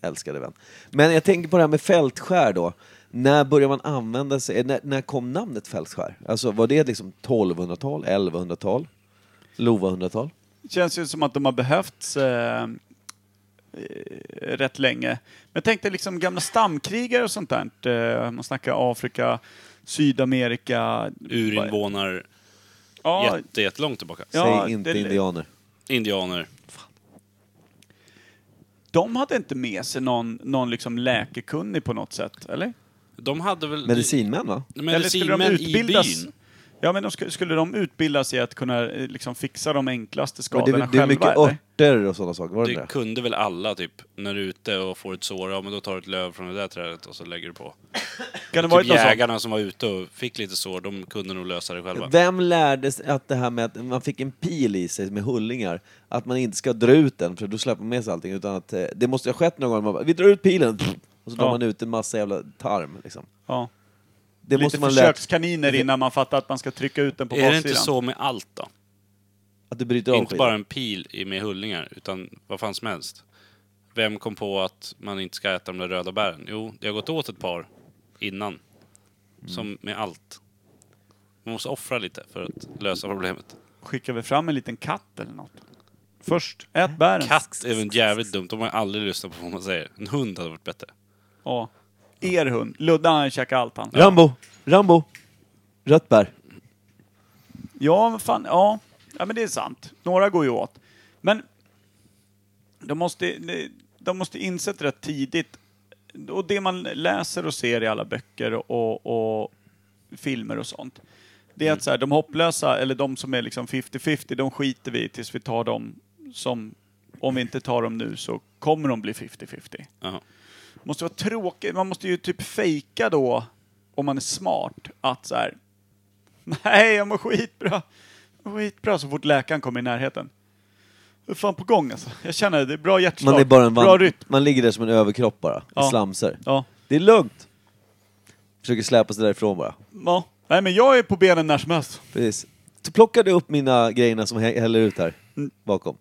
Älskade vän. Men jag tänker på det här med fältskär då. När började man använda sig, när, när kom namnet fältskär? Alltså var det liksom 1200-tal, 1100-tal, Lova 100-tal?
Det känns ju som att de har behövts eh, eh, rätt länge. Men jag tänkte liksom gamla stamkrigare och sånt där. Eh, man snackar Afrika, Sydamerika.
Urinvånar
Ja,
jätte, jättelångt tillbaka.
Ja,
Säg inte
det-
indianer.
Indianer.
de hade inte med sig någon, någon liksom läkekunnig på något sätt, eller?
de hade väl...
Medicinmän va?
Eller skulle de
Medicinmän i
utbildas?
byn.
Ja, men de skulle, skulle de utbildas i att kunna eh, liksom, fixa de enklaste
Men det, är
skadorna
väl- det är
själva?
mycket
eller?
örter och sådana saker, var det
Det
det?
kunde väl alla typ, när du är ute och får ett sår, ja men då tar du ett löv från det där trädet och så lägger du på.
Kan det
Typ
varit något sånt?
jägarna som var ute och fick lite sår, de kunde nog lösa det själva.
Vem lärde sig att det här med att man fick en pil i sig med hullingar, att man inte ska dra ut den för då släpper man med sig allting, utan att eh, det måste ha skett någon gång. Man bara, vi drar ut pilen! Och så drar
Ja.
man ut en massa jävla tarm liksom.
Ja.
Det
Lite
måste man lärt
försökskaniner innan man fattar att man ska trycka ut den på
är det
baksidan.
inte så med allt då?
att du bryter av
Inte bara en pil i- med hullingar, utan vad fan som helst. Vem kom på att man inte ska äta de där röda bären? Jo, det har gått åt ett par innan.
Mm.
Som med allt. Man måste offra lite för att lösa problemet.
Skickar vi fram en liten katt eller något? Först, ät bären.
Katt är väl jävligt dumt, de har ju aldrig lyssnat på vad man säger. En hund hade varit bättre.
Ja. Er hund. Ludde han käkar allt han. Ja,
Rambo! Rambo! Rött bär.
ja fan, ja. Ja men det är sant. Några går ju åt. Men de måste, de måste insett rätt tidigt, och det man läser och ser i alla böcker och, och filmer och sånt, det är att så här, de hopplösa, eller de som är liksom 50-50, de skiter vi i tills vi tar dem som, om vi inte tar dem nu så kommer de bli 50-50.
Jaha.
måste vara tråkig. Man måste ju typ fejka då, om man är smart, att så här. Nej, jag mår skitbra. Jag mår Skitbra så fort läkaren kommer i närheten. Vad fan på gång alltså. Jag känner det, det är bra hjärtslag.
Man, är bara en
Bra
van...
rytm.
man ligger där som en överkropp bara,
Ja.
i slamser.
Ja.
Det är lugnt! Försöker släpa sig därifrån bara.
ja. Nej men jag är på benen när som helst.
Precis. Så plockade jag upp mina grejerna som hä- häller ut här,
Mm.
bakom.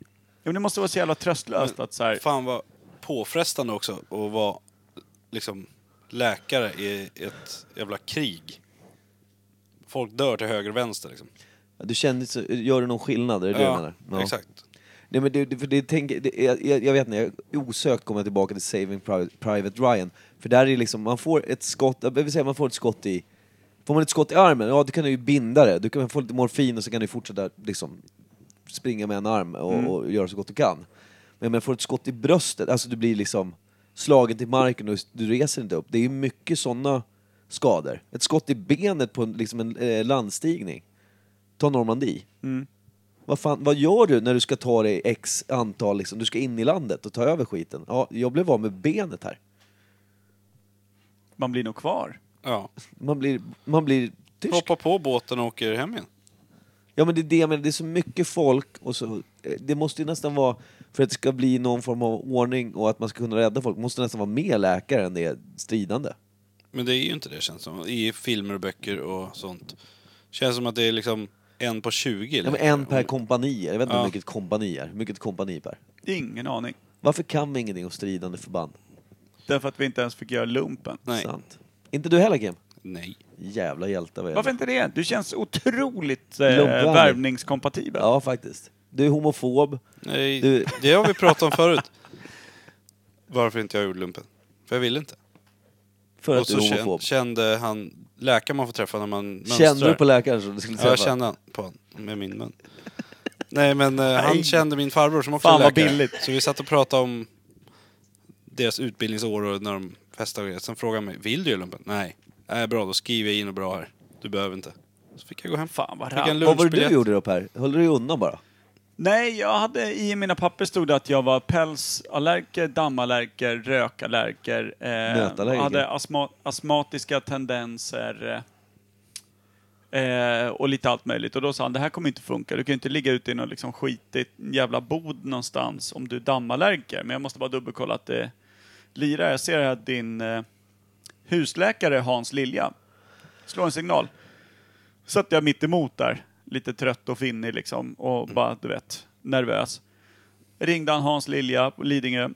Ja, men det måste vara så jävla tröstlöst att så här.
Fan vad påfrestande också att vara liksom läkare i ett jävla krig. Folk dör till höger och vänster liksom.
Du kände, så- gör du någon skillnad? Är det det du menar?
exakt.
Nej, men det, det, för det, tänk, det, jag, jag jag vet inte, jag osökt kommer jag tillbaka till Saving Pri- Private Ryan. För där är det liksom, man får ett skott, jag vill säga man får ett skott i... Får man ett skott i armen, ja då kan du ju binda det. Du kan få lite morfin och så kan du fortsätta liksom springa med en arm och, och göra så gott du kan. Men man får ett skott i bröstet, alltså du blir liksom slagen till marken och du reser inte upp. Det är ju mycket sådana skador. Ett skott i benet på en, liksom en eh, landstigning. Ta Normandie. Vad, fan, vad gör du när du ska ta dig x antal, liksom, du ska in i landet och ta över skiten? Ja, jag blev av med benet här.
man blir nog kvar.
Ja.
Man blir, man blir tysk.
Hoppa på båten och åker hem igen.
Ja men det är det jag menar, det är så mycket folk och så, eh, det måste ju nästan vara, för att det ska bli någon form av ordning och att man ska kunna rädda folk, måste det nästan vara mer läkare än det är stridande.
Men det är ju inte det känns som. I filmer och böcker och sånt. Känns som att det är liksom en på 20.
Ja, men
läkare.
en per kompani, jag vet inte hur
Ja.
mycket ett kompani är, hur mycket ett kompani per.
Ingen aning.
Varför kan vi ingenting om stridande förband?
Därför att vi inte ens fick göra lumpen.
Nej.
Sant. Inte du heller Kim?
Nej.
Jävla hjälte vad jag är.
Varför inte det? Du känns otroligt eh,
Lumpvärdig.
värvningskompatibel.
Ja faktiskt. Du är homofob,
Nej.
Du-
Det har vi pratat om förut. Varför inte jag gjorde lumpen. För jag ville inte.
för
och
att du
så
är
kän-
homofob.
kände han, läkaren man får träffa när man mönstrar.
Kände du på läkaren som du skulle
Ja,
träffa?
jag kände han på honom, med min mun. Nej men eh, han kände min farbror som också
Fan,
är
vad
läkare.
billigt.
Så vi satt och pratade om deras utbildningsår och när de festade och grejer. Sen frågade han mig, vill du göra lumpen? Nej. Nej bra, då skriver jag in och bra här. Du behöver inte. Så fick jag gå hem.
Fan vad
Fick
rapp.
en
Vad var det
lunchbiljett.
du gjorde då Per? Höll du dig undan bara?
Nej, jag hade i mina papper stod det att jag var pälsallergiker, dammallergiker, rökallergiker. Eh,
Nötallergiker.
Hade astma astmatiska tendenser. eh, Eh, och lite allt möjligt. Och då sa han, det här kommer inte funka. Du kan ju inte ligga ute i någon liksom skitigt jävla bod någonstans om du är dammallergiker. Men jag måste bara dubbelkolla att det lirar. Jag ser att din eh, husläkare Hans Lilja slår en signal. Satt jag mitt emot där, lite trött och finnig liksom och bara, du vet, nervös. Ringde han Hans Lilja på Lidingö,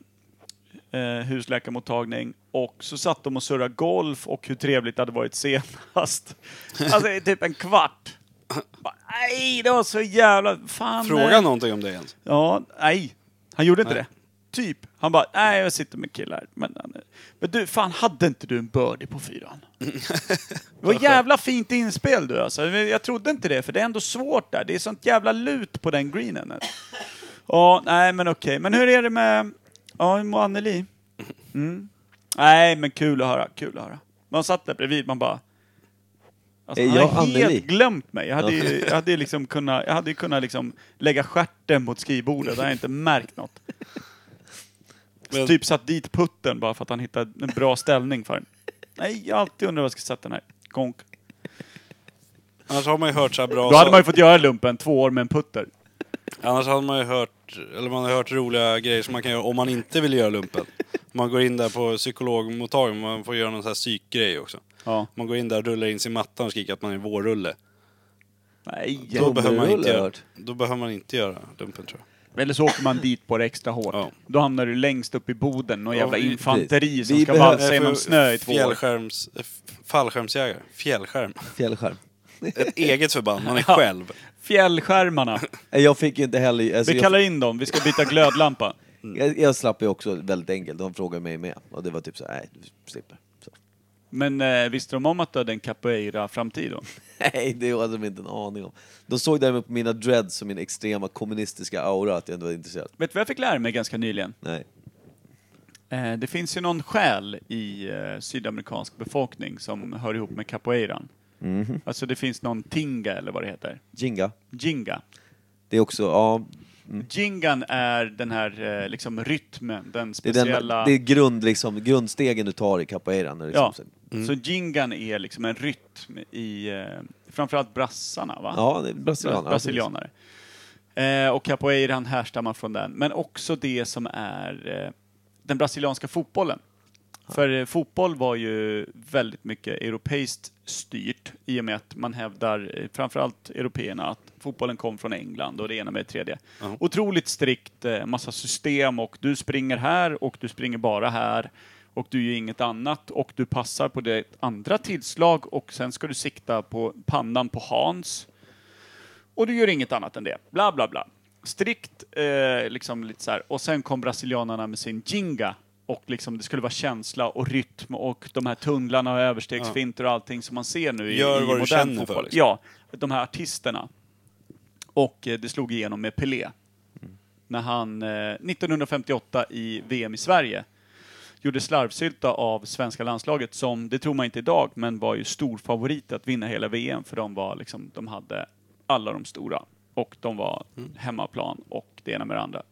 eh, husläkarmottagning och så satt de och surrade golf och hur trevligt det hade varit senast. Alltså i typ en kvart. Bara, Nej, det var så jävla... Fan.
Fråga
eh."
någonting om det igen.
Ja, nej. Han gjorde inte
Nej.
det. Typ. Han bara, nej jag sitter med killar. Men, men du, fan hade inte du en birdie på fyran? Det var jävla fint inspel du alltså. Jag trodde inte det, för det är ändå svårt där. Det är sånt jävla lut på den greenen. Ja, nej men okej. Men hur är det med... Ja, hur mår Anneli? Mm. Nej, men kul att höra. Kul att höra. Man satt där bredvid, man bara... Alltså,
Eh,
han
jag,
har
Anneli.
helt glömt mig. Jag hade, ju, jag hade ju liksom kunnat, jag hade ju kunnat liksom lägga stjärten mot skrivbordet, jag hade inte märkt något.
Men-
Typ satt dit putten bara för att han hittade en bra ställning för den. Nej, jag har alltid undrat var jag ska sätta den här. Konk.
Annars har man ju hört så här bra...
Då hade man ju fått göra lumpen två år med en putter.
Annars hade man ju hört, eller man har hört roliga grejer som man kan göra om man inte vill göra lumpen. Man går in där på psykologmottagningen, man får göra någon sån här psykgrej också.
Ja.
Man går in där och rullar in sin matta och skriker att man är vårrulle.
Nej.
Då behöver, man
Vårrulle
inte
har jag
göra,
hört.
då behöver man inte göra lumpen tror jag.
Eller så åker man dit på det extra hårt.
Ja.
Då hamnar du längst upp i boden, och jävla
vi-
infanteri som
vi
ska
behöver-
valsa
Nej, för
genom snö i två år.
fjällskärms, eh, f- Fallskärmsjägare.
[laughs]
Fjällskärm.
Fjällskärm.
Ett eget förband,
[laughs]
man är
Ja.
själv.
Fjällskärmarna.
Eh, Jag fick ju inte heller... Alltså,
Vi
jag- Mm.
kallar in dem, vi ska byta glödlampa.
Jag, jag slapp ju också väldigt enkelt. De frågade mig med. Och det var typ så här, nej, du slipper. Så. [laughs]
Men eh, visste de om att du hade en capoeira-framtid då? [laughs]
Nej, det hade de inte en aning om. De såg däremot på mina dreads och min extrema kommunistiska aura att jag inte var intresserad.
Vet du vad jag fick lära mig ganska nyligen?
Nej.
Eh, det finns ju någon själ i eh, sydamerikansk befolkning som hör ihop med capoeiran.
Mhm.
Alltså det finns någon tinga eller vad det heter.
Jinga.
Jinga.
Det är också, ja,
Jingan är den här eh, liksom rytmen,
Mm.
den
det är, den,
speciella...
det är grund, liksom, grundstegen du tar i capoeiran. Liksom.
Ja, så jingan är liksom en rytm i eh, framförallt brassarna, va?
ja det är brasilianare.
brasilianare. Eh, och capoeiran härstammar från den, men också det som är eh, den brasilianska fotbollen. För eh, fotboll var ju väldigt mycket europeiskt styrt i och med att man hävdar, eh, framförallt européerna, att fotbollen kom från England och det ena med det tredje. Otroligt strikt, eh, massa system och du springer här och du springer bara här och du gör inget annat och du passar på det andra tillslag och sen ska du sikta på pannan på Hans och du gör inget annat än det. Bla, bla, bla. Strikt, eh, liksom lite så här. Och sen kom brasilianarna med sin jinga. Och liksom det skulle vara känsla och rytm och de här tunnlarna och överstegsfinter och allting som man ser nu i,
Gör
i
vad du
modern
känner för,
fotboll.
liksom.
Ja, de här artisterna. Och eh, det slog igenom med Pelé. När han eh, 1958 i VM i Sverige gjorde slarvsylta av svenska landslaget som, det tror man inte idag, men var ju stor favorit att vinna hela VM för de var liksom, de hade alla de stora. Och de var hemmaplan och det ena med det andra.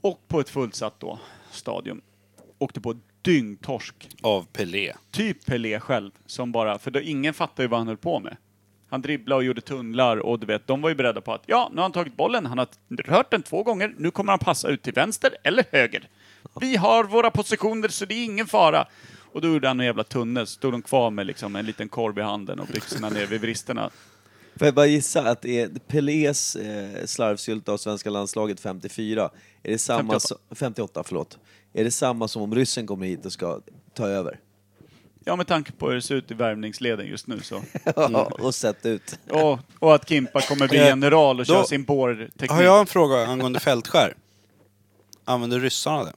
Och på ett fullsatt då, stadion. Åkte på dyngtorsk
Av Pelé.
typ Pelé själv, som bara, för då ingen fattar ju vad han höll på med. Han dribblade och gjorde tunnlar och du vet, de var ju beredda på att ja, nu har han tagit bollen, han har rört den två gånger, nu kommer han passa ut till vänster eller höger. Vi har våra positioner så det är ingen fara. Och då gjorde han en jävla tunnel, så stod de kvar med liksom en liten korv i handen och byxorna ner vid vristerna.
Får jag bara gissa att är Pelés eh, slarvsylta av svenska landslaget 54, är det samma
58.
som, 58 förlåt, är det samma som om ryssen kommer hit och ska ta över?
Ja, med tanke på hur det ser ut i värmningsleden just nu så.
Mm.
[laughs] och sett ut.
Och, och att Kimpa kommer bli
Eh,
general och köra
då-
sin borrteknik.
Har jag en fråga angående fältskär? Använder ryssarna det?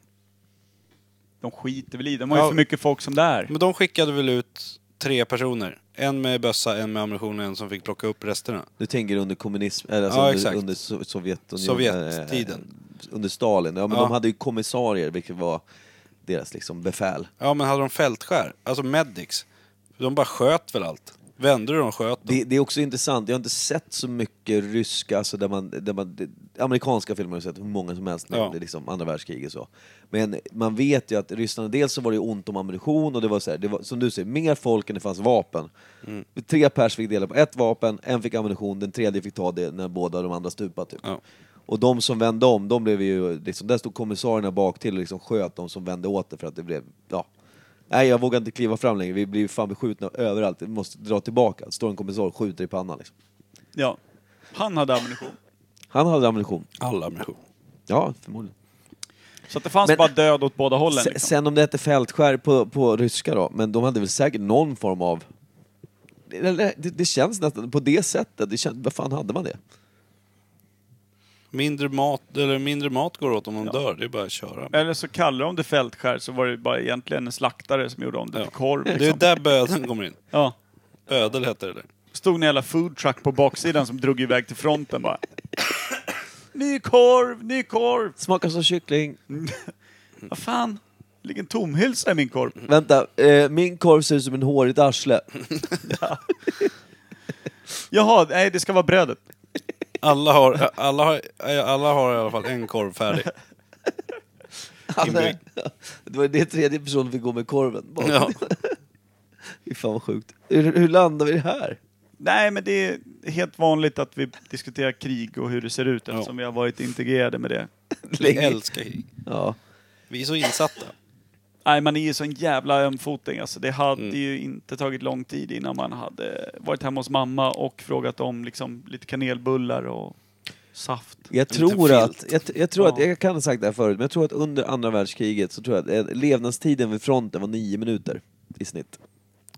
De skiter väl i, de har ju
Ja.
för mycket folk som det är.
Men de skickade väl ut tre personer? En med bössa, en med ammunition och en som fick plocka upp resterna.
Du tänker under kommunism, eller alltså
Ja,
under,
exakt.
under So- Sovjetunionen.
Sovjettiden.
eh, Under Stalin. Ja, men
Ja.
de hade ju kommissarier, vilket var deras liksom befäl.
Ja, men hade de fältskär? Alltså medics? De bara sköt väl allt? Vände de och sköt dem?
Det, det är också intressant, jag har inte sett så mycket ryska, alltså där man, där man, det- amerikanska filmer har jag sett hur många som helst,
Ja.
ja. liksom andra världskriget så. Men man vet ju att i Ryssland, dels så var det ju ont om ammunition och det var, så här, det var som du säger, mer folk än det fanns vapen. Tre pers fick dela på ett vapen, en fick ammunition, den tredje fick ta det när båda de andra stupade typ.
Ja.
Och de som vände om, de blev ju liksom, där stod kommissarierna bak till och liksom sköt de som vände åt det för att det blev, ja. Nej jag vågar inte kliva fram längre, vi blir ju fan beskjutna överallt, vi måste dra tillbaka. Står en kommissar och skjuter i pannan liksom.
Ja. Han hade ammunition.
Han hade ammunition.
All ammunition.
Ja, förmodligen.
Så att det fanns
Men-
bara död åt båda hållen.
Se-
Liksom.
Sen om det hette fältskär på, på ryska då, men de hade väl säkert någon form av... Eller, Det, det känns nästan på det sättet, det känns, vad fan hade man det?
Mindre mat, eller mindre mat går åt om de
Ja.
dör. Det är bara att köra.
Eller så kallar de det fältskär, så var det bara egentligen en slaktare som gjorde om det
Ja.
till korv.
Det är
Liksom.
där bödeln kommer in.
Ja.
Ödel heter det där.
Stod en jävla foodtruck på baksidan som drog iväg till fronten bara. [coughs] Ny korv, ny korv!
Smakar som kyckling.
Vad fan? Det ligger en tomhylsa i min korv.
Vänta, eh, min korv ser ut som en hårigt
[laughs]
arsle.
Jaha, nej det ska vara brödet.
Alla har, alla, har, alla har i alla fall en korv färdig. Inbyggd.
Det var det tredje personen fick gå med
[laughs]
korven. Bara.
Ja.
Fy fan vad sjukt. Hur, hur landar vi det här?
Nej men det är helt vanligt att vi diskuterar krig och hur det ser ut eftersom vi har varit integrerade med det.
Vi älskar krig.
Ja.
Vi är så insatta.
Nej man är ju sån jävla ömfoting alltså. Det hade ju inte tagit lång tid innan man hade varit hemma hos mamma och frågat om liksom lite kanelbullar och saft.
Jag
liten
tror att,
filt.
jag, jag tror att,
Ja.
jag kan ha sagt det här förut, men jag tror att under andra världskriget så tror jag att eh, levnadstiden vid fronten var nio minuter i snitt.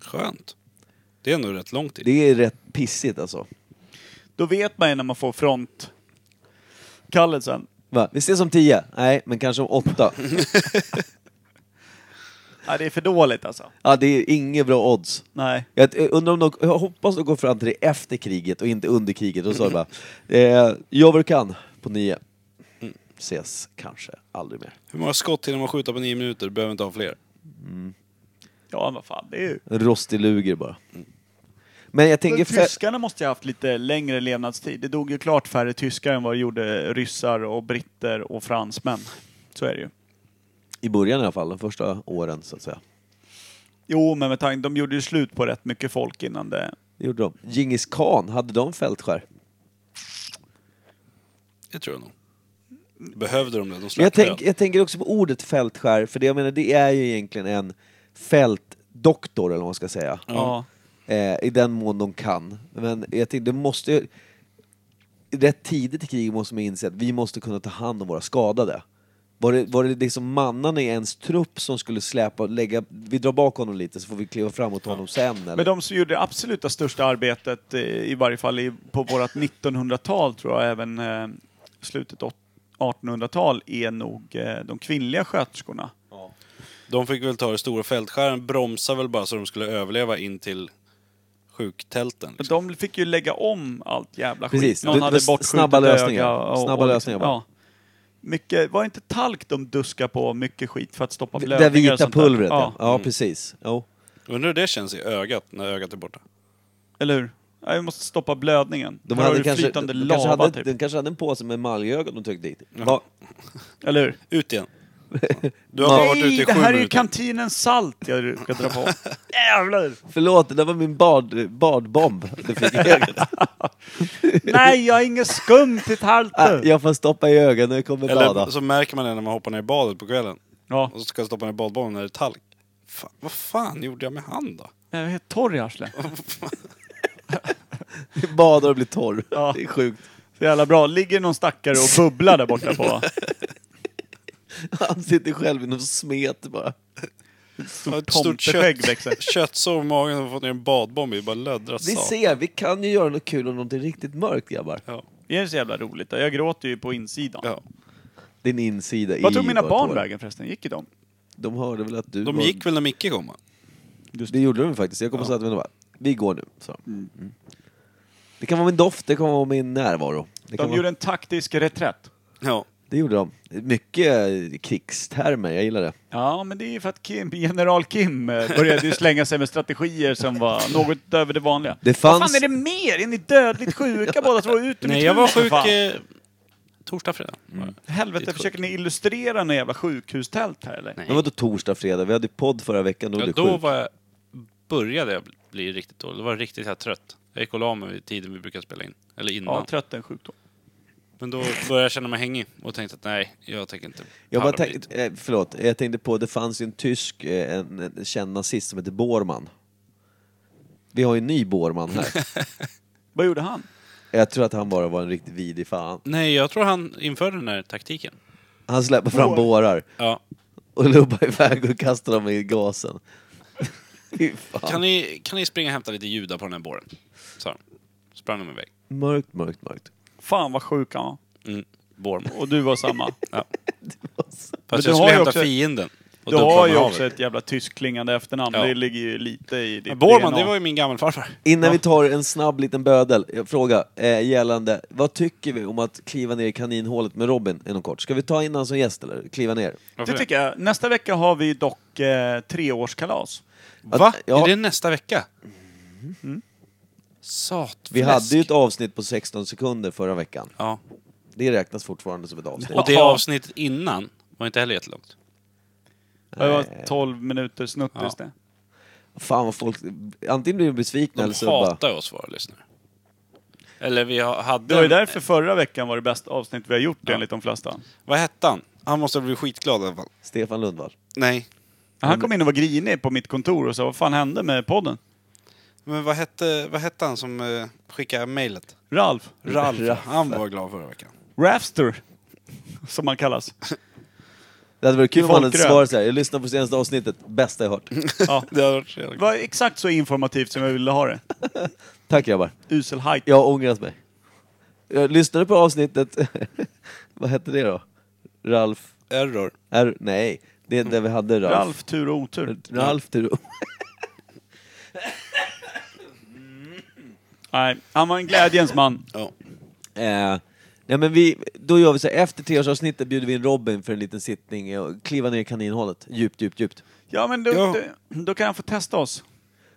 Skönt. Det är nog rätt lång tid.
Det är rätt pissigt alltså.
Då vet man ju när man får front sen.
Va? Vi ses om tio? Nej, men kanske om åtta.
Nej, det är för dåligt alltså.
Ja, det är inget bra odds.
Nej.
Jag eh, undrar om de, jag hoppas de går fram till det efter kriget och inte under kriget. Och så bara, eh, gör vad du kan på nio. Ses kanske aldrig mer.
Hur många skott hinner man skjuta på nio minuter? Behöver inte ha fler.
Ja, vad fan, det är ju...
En rostig luger bara. Men jag tänker...
Men
Fe-
Tyskarna måste ju ha haft lite längre levnadstid. Det dog ju klart färre tyskar än vad det gjorde ryssar och britter och fransmän. Så är det ju.
I början i alla fall, de första åren så att säga.
Jo, men med tanke, de gjorde ju slut på rätt mycket folk innan det...
Det gjorde de. Djingis khan, hade de fältskär?
Det tror jag nog. Behövde de det? De
Men jag,
slaktade
tänk, jag tänker också på ordet fältskär, för det jag menar det är ju egentligen en fältdoktor eller vad man ska säga.
Ja.
Eh, I den mån de kan. Men jag tänkte, det måste ju... Rätt tidigt i kriget måste man inse att vi måste kunna ta hand om våra skadade. Var det, var det liksom mannarna i ens trupp som skulle släpa och lägga... Vi drar bak honom lite så får vi kliva fram och ta honom sen. Eller?
Men de som gjorde det absoluta största arbetet, eh, i varje fall i, på vårt 1900-tal tror jag, även eh, slutet åt- 1800-tal, är nog eh, de kvinnliga sköterskorna.
De fick väl ta det stora fältskären, bromsade väl bara så de skulle överleva in till sjuktälten.
Men
Liksom.
de fick ju lägga om allt jävla
Precis.
skit. Någon
Det- det
hade
var
bortskjutet
snabba lösningar.
öga och-
Snabba
och liksom-
lösningar bara.
Ja. Mycket, var det inte talk de duskade på mycket skit för att stoppa
Det
blödningar
där
och
vita
sånt där?
pulvret, ja.
Ja. Mm.
Ja, precis. Jo.
Undrar hur det känns i ögat, när ögat är borta.
Eller hur? Ja, vi måste stoppa blödningen.
De
Här har
hade
du
kanske,
flytande
de,
lava
kanske hade,
typ.
de kanske hade en påse med maljögon de tryckte dit.
Ja.
Va?
Eller hur?
Ut
[laughs]
igen! Du har bara varit ute i
Nej, det
sju
här är ju
minuter.
kantinens salt jag ska
[laughs]
dra på. Jävlar!
Förlåt, det där var min bad, badbomb. Du
[laughs]
fick i ögat.
Nej, jag har ingen skum till
Ah,
tältet!
jag får stoppa i ögonen när jag kommer
Eller
bada.
så märker man det när man hoppar ner i badet på kvällen.
Ja,
Och så ska jag stoppa ner badbollen när det är talg. Fan, vad fan gjorde jag med han då?
jag är helt torr i arslet.
Badar och blir torr.
Ja.
Det är sjukt.
Så jävla bra. Ligger någon stackare och bubblar där borta på
Han sitter själv i någon smet bara.
Ja, Ett stort
tomteskägg
kött,
växer.
[laughs] köttsår i magen och fått ner en badbomb i. Bara löddrar
Vi
satan.
ser, vi kan ju göra något kul om någonting riktigt mörkt grabbar.
Ja.
Det är så jävla roligt. Jag gråter ju på insidan.
Ja.
Din insida
Vad
är
tog
ju
mina
bara
barn
torr.
vägen förresten? Gick ju de?
De hörde väl att du
De
var...
gick väl när Micke kom? va?
Det gjorde de faktiskt. Jag kom och sa till dem bara, vi går nu. Så. Mm. Det kan vara min doft, det kan vara min närvaro. Det, kan
De
vara...
gjorde en taktisk reträtt.
Ja.
det gjorde de. Mycket eh, krigstermer, jag gillar det.
Ja, men det är ju för att Kim, general Kim eh, började ju slänga sig med strategier som var något över det vanliga.
Det
Vad
fanns-
fan är det mer? Är ni dödligt sjuka båda två? Ut ur
Nej,
mitt
jag var
hus, för
sjuk
fan.
eh, torsdag, fredag.
Mm. Helvete, försöker ni illustrera något jävla sjukhustält här eller?
Det var då torsdag, fredag. Vi hade podd förra veckan. Då,
Ja,
blev
då
sjuk.
var jag, började jag bli riktigt dålig. Då var jag riktigt så här trött. Jag gick och la mig vid tiden vi brukar spela in. Eller innan.
Ja, trött är en sjukdom.
Men då började jag känna mig hängig och tänkte att nej, jag tänker inte
jag bara
pallar
tänk,
dit.
eh, förlåt, jag tänkte på, det fanns ju en tysk, eh, en, en känd nazist som heter Bormann. Vi har ju en ny Bormann här.
Vad gjorde han?
jag tror att han bara var en riktigt vidrig fan.
Nej, jag tror han införde den här taktiken.
Han släpper fram
Bår.
bårar
Ja.
och lubbar iväg och kastar dem i gasen. Fy fan.
Kan, ni, kan ni springa och hämta lite judar på den här båren? Så han. Sprang de iväg.
Mörkt, mörkt, mörkt.
Fan vad sjuk han var.
Mm. Bårman.
Och du var samma.
Ja.
Det var så-
Fast
du
jag skulle
har ju
hämta
också-
fienden. Och
Du
dunkar
har
man
ju
av
också
det.
ett jävla tyskklingande efternamn.
Ja.
Det ligger ju lite i ditt
Men Borman,
DNA.
det var ju min gammelfarfar.
Innan vi tar en snabb liten bödel, jag fråga eh, gällande, vad tycker vi om att kliva ner i kaninhålet med Robin inom kort? Ska vi ta in honom som gäst eller kliva ner?
Varför
Det
det?
tycker jag. Nästa vecka har vi dock eh, treårskalas.
Att-
Va?
ja.
Är det nästa vecka?
Mm.
Satfläsk.
Vi hade ju ett avsnitt på 16 sekunder förra veckan.
Ja.
Det räknas fortfarande som ett avsnitt.
Och det
Ja.
avsnittet innan var inte heller jättelångt.
Det var 12 minuter
Ja.
snuttis det.
Fan vad folk, antingen blir de besvikna
De
eller så bara...
hatar oss, våra lyssnare. Eller vi ha- hade...
Det var ju därför förra veckan var det bästa avsnitt vi har gjort enligt de flesta.
Vad hette han? Han måste bli skitglad i alla fall.
Stefan Lundvall.
Nej.
Han kom in och var grinig på mitt kontor och sa vad fan hände med podden?
Men vad hette, vad hette han som eh, skickade mejlet?
Ralf.
[laughs] Ralf. Han var glad förra veckan.
Rafster. Som han kallas.
Det hade varit kul om han hade
Folkrön.
svarat såhär, jag lyssnade på senaste avsnittet, bästa jag
[laughs]
hört.
Det har varit så jävla kul.
Det var exakt så informativt som jag ville ha det.
Tack grabbar,
Usel hajk.
jag har ångrat mig. Jag lyssnade på avsnittet, [laughs] vad hette det då? Ralf...
Error.
R... Nej, det är där vi hade Ralf.
Ralf, tur och otur.
Ralf du.
Nej, han var en glädjens man.
[laughs] Eh, nej men vi, då gör vi så här, efter treårsavsnittet bjuder vi in Robin för en liten sittning och kliva ner i kaninhålet, djupt, djupt, djupt.
Ja, men då,
Ja.
då- då kan han få testa oss.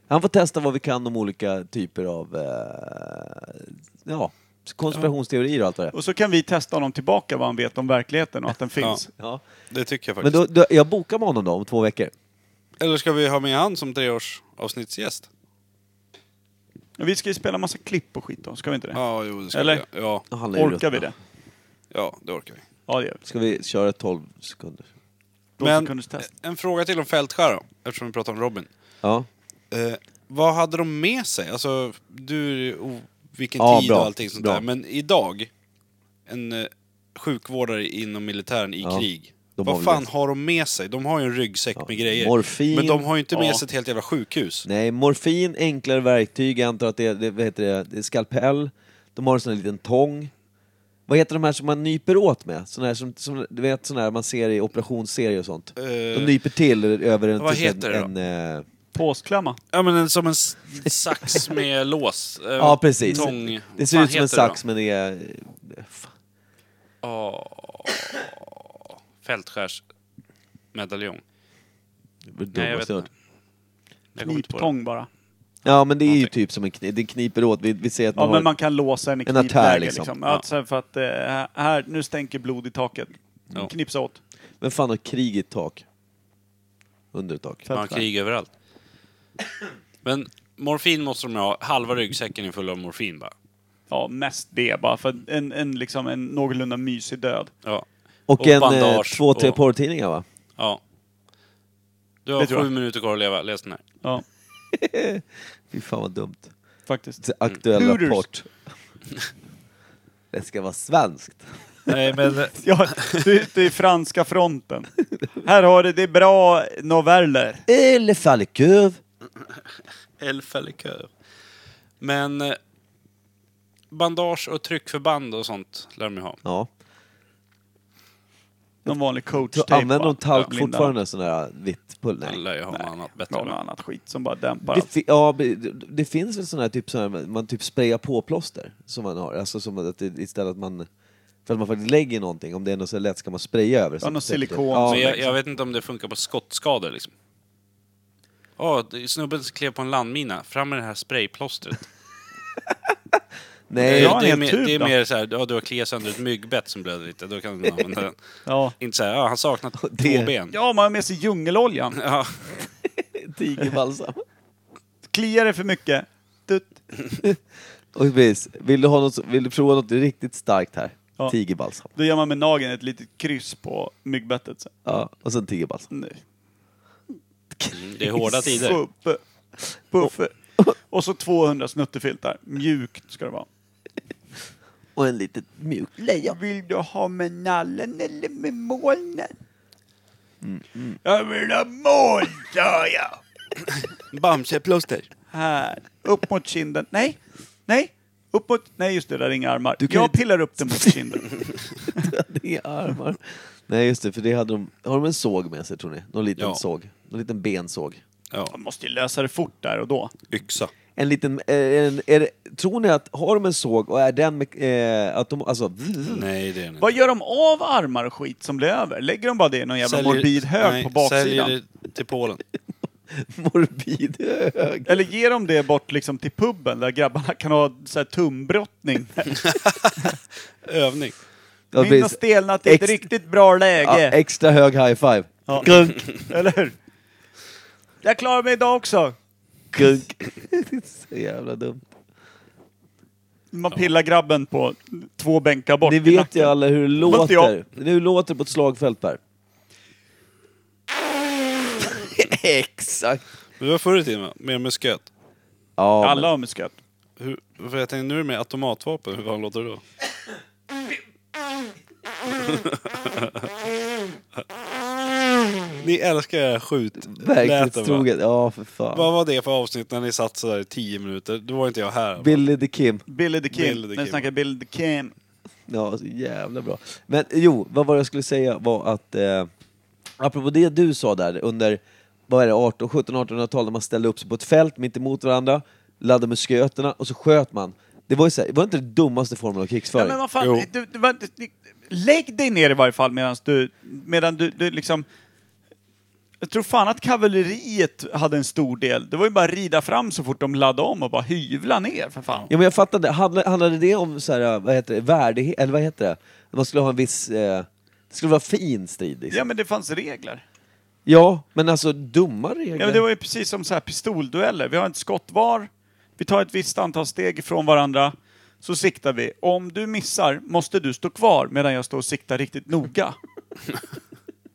Han får testa vad vi kan om olika typer av, eh, ja, konspirationsteorier och allt vad det är.
Och så kan vi testa honom tillbaka vad han vet om verkligheten och att den finns.
Ja.
Det tycker jag
Men
faktiskt.
då, då, jag bokar med honom då om två veckor.
Eller ska vi ha med han som treårsavsnittsgäst?
Vi ska ju spela massa klipp och skit då, ska vi inte det?
Ja, jo det ska
Eller?
vi. Ja.
Och han är ju
Orkar
rutten.
vi det?
ja, det orkar vi.
Ja, det gör vi.
Ska vi köra 12 sekunder?
Då
Men-
kunde du testa.
En fråga till om Fältskär då, eftersom vi pratar om Robin.
Ja.
Eh, vad hade de med sig? Alltså, du, o- vilken
Ja,
tid
bra.
och allting sånt
Bra.
där. Men idag, en eh, sjukvårdare inom militären i
Ja,
krig.
de har
vad
väl
fan
det.
har de med sig? De har ju en ryggsäck
Ja,
med grejer.
morfin.
Men de har ju inte med
Ja.
sig ett helt jävla sjukhus.
Nej, morfin, enklare verktyg, jag antar att det är, det, vad heter det, det är skalpell. De har en sån här liten tång. Vad heter de här som man nyper åt med? Såna här som, som, du vet såna här man ser i operationsserier och sånt. De
Eh,
nyper till över en...
vad heter det då?
en, en, eh,
Påsklämma.
Ja, men en- som en s- sax
[laughs]
med lås. eh,
Ja, precis.
Tång.
Det ser
Fan
ut som
heter
en
det
sax men det är... eh, fan.
då? Åh. Fältskärsmedaljong. Nej,
Vad
jag
dumt
vet
jag
inte.
hört.
Jag kommer inte på det.
Kniptång bara.
Ja men det är ju typ som en kniv, det kniper åt, vi, vi säger att
Ja,
man
men
har...
man kan låsa en i
En artär,
knipläge
liksom.
liksom.
Ja.
Att, så här, för att eh, här, nu stänker blod i taket. Knipsa åt.
Men fan har krig i ett tak? Under ett tak.
Man har krig överallt. Men morfin måste de ju ha. Halva ryggsäcken är full av morfin bara.
Ja, mest det bara. För en, en, liksom, en någorlunda mysig död.
Ja.
Och,
Och
en, eh,
bandage
två, tre
och-
porrtidningar va?
ja. Du
Det
har
tror jag.
sju minuter kvar att leva. Läs den här.
Ja,
Fy fan vad dumt.
faktiskt.
Aktuell
Mm. Hooters.
rapport. [laughs] Det ska vara svenskt.
Nej, men...
Ja, du är ute i franska fronten. Här har du, det är bra noveller.
Eller falköv.
Elf eller kör. Men... eh, Bandage och tryckförband och sånt lär de ju ha.
Ja.
Någon vanlig
Så
coachtejp.
använder de
bara.
talk
Blindar
fortfarande, sån där vitt pulver?
De lär ju ha något annat
dem. eh, Ja,
bättre.
något annat skit som bara dämpar.
Det,
allt.
fi- ja, det- det finns väl sån här typ sån här, man typ sprayar på plåster som man har, alltså som att det, istället att man för att man faktiskt lägger någonting, om det är något så lätt ska man spraya över. så
någon
att det täcker det.
silikon
Ja,
Men jag, jag vet inte om det funkar på skottskador liksom. Ja, det- snubben klev på en landmina. Fram med det här sprayplåstret.
nej,
det,
Ja,
är-
en
det är,
hel
mer,
tub
det är
typ då.
mer så här, ja, du har kliat sönder ett myggbett som blöder lite. Då kan du använda den.
Ja.
Inte så här, ja, han
[laughs]
saknar
Det-
två ben.
ja, man har med sig djungeloljan.
[laughs] Ja.
tigerbalsam. [laughs]
Kliar det för mycket. Dutt.
Och precis, vill du, ha något, så- vill du prova något riktigt starkt här?
Ja.
Tigerbalsam.
Då gör man med nageln ett litet kryss på myggbettet. Så.
Ja, och sen tigerbalsam.
Nej.
Det är hårda tider.
Puffe. Puffe. Och så 200 snuttefiltar. Mjukt ska det vara.
Och en litet [laughs] mjukt lejon.
Vill du ha med nallen eller med molnen? Jag vill ha moln, sa jag.
Bamseplåster.
Här. Upp mot kinden. Nej. Nej. Uppåt? Nej, just det, där är inga armar.
Du kan
jag
ju-
pillar upp den mot kinden.
Det är armar. Nej just det, för det hade de... Har de en såg med sig tror ni? Någon liten
Ja.
såg? Någon liten bensåg?
Ja,
Man måste ju lösa det fort där och
Mm.
då.
yxa.
En liten... eh, En, är det, tror ni att har de en såg och är den med... Eh, att de, alltså... [laughs]
Nej, det är den inte.
Vad gör de av armar och skit som blir över? Lägger de bara det i någon jävla
Säljer-
morbid hög
nej,
på baksidan?
Säljer det till Polen.
Morbid hög.
Eller ger de det bort liksom till puben där grabbarna kan ha så
[laughs]
här tumbrottning?
Övning.
Ja,
Min har
precis.
stelnat i ett
Ex-
riktigt bra
Ja,
läge.
extra hög high five.
Ja.
Gunk,
[laughs] Eller hur? Jag klarar mig idag också.
gunk. [laughs] det är så jävla dumt.
Man pillar grabben på två bänkar bort.
Ni
i
vet
nacken.
ju alla hur det
Måste
låter. Hur låter det på ett slagfält Per? Exakt.
Men det var förr i tiden va? Mer med sköt.
Ja,
Alla har muskat.
Hur, för jag tänkte, nu är det med automatvapen. Hur fan låter det
[laughs]
då? ni älskar era skjut.
men verklighetstroget. Ja, för
Vad
fan.
var det för avsnitt när ni satt sådär i tio minuter? Då var inte jag här. va?
Billy the Kim.
Billy the Kim.
Billy the
Nu
Kid.
snackar Billy the Kim.
Ja, så jävla bra. Men jo, vad var det jag skulle säga var att eh, apropå det du sa där under vad är det, 18, 1700-1800-talet när man ställde upp sig på ett fält mitt emot varandra, laddade musköterna och så sköt man. Det var ju så här, det var inte den dummaste formen av
Ja,
krigsföring.
men vad fan, du, du, vänta, ni- lägg dig ner i varje fall medan du, medan du, du liksom... Jag tror fan att kavalleriet hade en stor del. Det var ju bara att rida fram så fort de laddade om och bara hyvla ner för fan.
Ja men jag fattade, handlade, handlade det om så här, vad heter det, värdighet, eller vad heter det? Att Man skulle ha en viss, eh, det skulle vara fin strid liksom.
Ja men det fanns regler.
Ja, men alltså dumma regler.
Ja, men det var ju precis som så här pistoldueller. Vi har ett skott var, vi tar ett visst antal steg ifrån varandra, så siktar vi. Om du missar måste du stå kvar medan jag står och siktar
[laughs]
riktigt noga.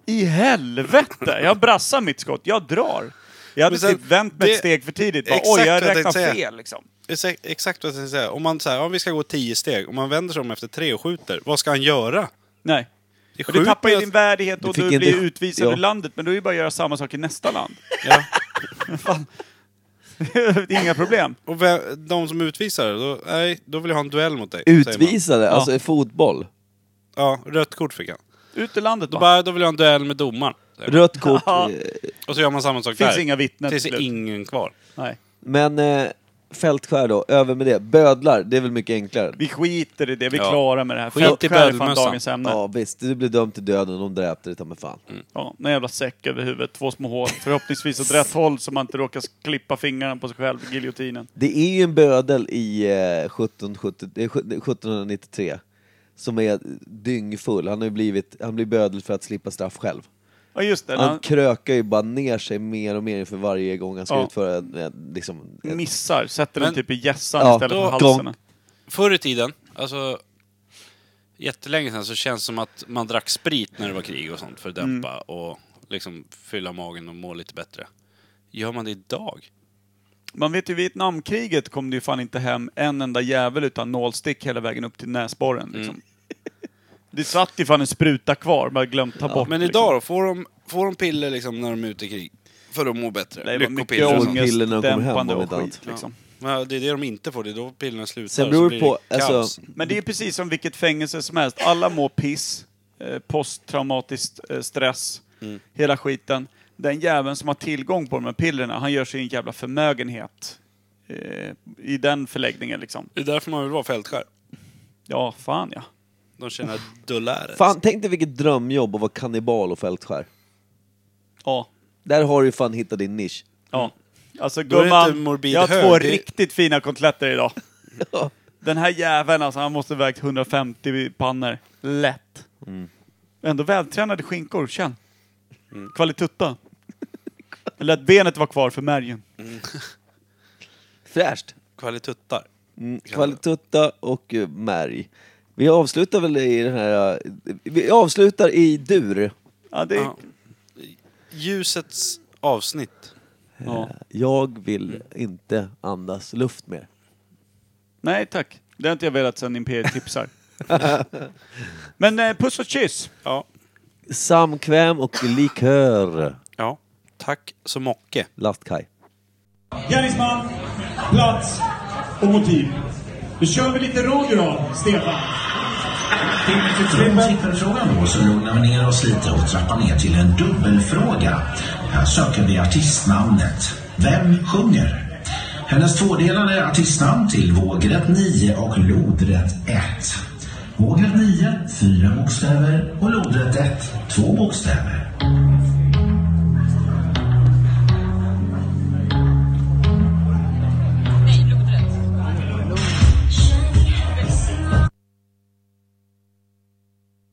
I helvete! Jag brassar mitt skott, jag drar. Jag hade
Men sen-
typ vänt mig ett
det-
steg för tidigt. Bara,
exakt
Oj, jag
vad jag
räknar
tänkte säga.
fel liksom.
Exa- Exakt vad jag tänkte säga. Om man säger, ja, vi ska gå tio steg. Om man vänder sig om efter tre och skjuter, vad ska han göra?
Nej.
Det
Och du tappar ju
skjuter-
din värdighet
Du
och
fick
du
inte-
blir utvisad
Ja.
ur landet, men då är det bara att göra samma sak i nästa land.
Ja.
[laughs] Fan. [laughs] Det är Inga problem.
Och vem- de som utvisar, då, nej, då vill jag ha en duell mot dig. säger man.
Utvisade, alltså i fotboll.
Ja, rött kort fick han.
Ut ur landet
Då,
bara.
bara, då vill jag ha en duell med domaren. säger man.
Rött kort.
[laughs] Ja.
eh,
Och så gör man samma sak
Finns
där.
inga vittnen
Tills
till
det är
slut.
ingen kvar.
Nej.
Men eh, fältskär då, över med det. Bödlar, det är väl mycket enklare?
Vi skiter i det, vi är
Ja.
klara med det här.
Skit i
Fältskär är fan
bödelmössan.
dagens ämne.
Ja
Ja.
visst, du blir dömd till döden och de dräpte dig ta mig fan.
någon jävla säck över huvudet, två små hål. Förhoppningsvis åt rätt håll så man inte råkar klippa fingrarna på sig själv i giljotinen.
Det är ju en bödel i eh, 1770, eh, 1793 som är dyngfull. Han har ju blivit, han blir bödel för att slippa straff själv.
Ja just det,
Han
han
krökar ju bara ner sig mer och mer inför varje gång han ska
Ja.
utföra en, en, liksom, en,
missar, sätter den
Men-
typ i hjässan
Ja,
istället
då-
för halsen.
Gonk.
Förr i tiden, alltså jättelänge sedan, så känns det som att man drack sprit när det var krig och sånt för att
Mm.
dämpa och liksom fylla magen och må lite bättre. Gör man det idag?
Man vet ju, Vietnamkriget kom det ju fan inte hem en enda jävel utan nålstick hela vägen upp till näsborren. Liksom. [laughs] Det satt ju fan en spruta kvar, bara glömt ta bort.
Men
liksom.
idag då, får de, får de piller liksom när de är ute i krig? För att må bättre?
det var mycket
Lyckopiller och sånt.
Pillen när de kommer hem,
ångestdämpande
om
och
inte
skit.
annat.
Liksom.
Men det är det de inte får, det är då pillerna slutar.
Sen beror
så
det
blir
på,
det kaos.
alltså-
Men det är ju precis som vilket fängelse som helst. Alla mår piss, eh, posttraumatisk eh, stress, hela skiten. Den jäveln som har tillgång på de här pillerna, han gör sig en jävla förmögenhet. eh, I den förläggningen liksom.
Det är därför man vill vara fältskär.
Ja, fan ja.
De tjänar dollar.
Fan, tänk dig vilket drömjobb att vara kannibal och fältskär.
Ja.
Där har du ju fan hittat din nisch.
ja. Alltså
Mm. Då är det inte
gumman,
morbid
jag har
hög,
två
det är-
riktigt fina
[laughs]
kotletter idag. Den här jäveln alltså, han måste vägt 150 pannor. Lätt.
Mm.
Ändå vältränade skinkor, känn.
Mm.
Kvalitutta. Eller att benet var kvar för märgen.
Fräscht!
Kvalituttar.
Mm,
det.
Kvalitutta och eh, märg. Vi avslutar väl i den här... eh, Vi avslutar i dur.
Ja, det är...
Ja. Ljusets avsnitt.
Ja.
Jag vill inte andas luft mer.
Nej tack. Det har inte jag velat sen
[laughs]
Imperiet tipsar. Men eh, puss och kyss!
Ja.
Samkväm och likör.
ja. Tack så mycket.
Lastkaj.
Gärningsman, plats och motiv. Då kör vi lite radio då, Stefan.
Trippelfrågan då, så lugnar vi ner oss lite och trappar ner till en dubbelfråga. Här söker vi artistnamnet. Vem sjunger? Hennes tvådelade artistnamn till vågrätt 9 och lodrätt 1. Vågrätt 9, fyra bokstäver och lodrätt 1, två bokstäver.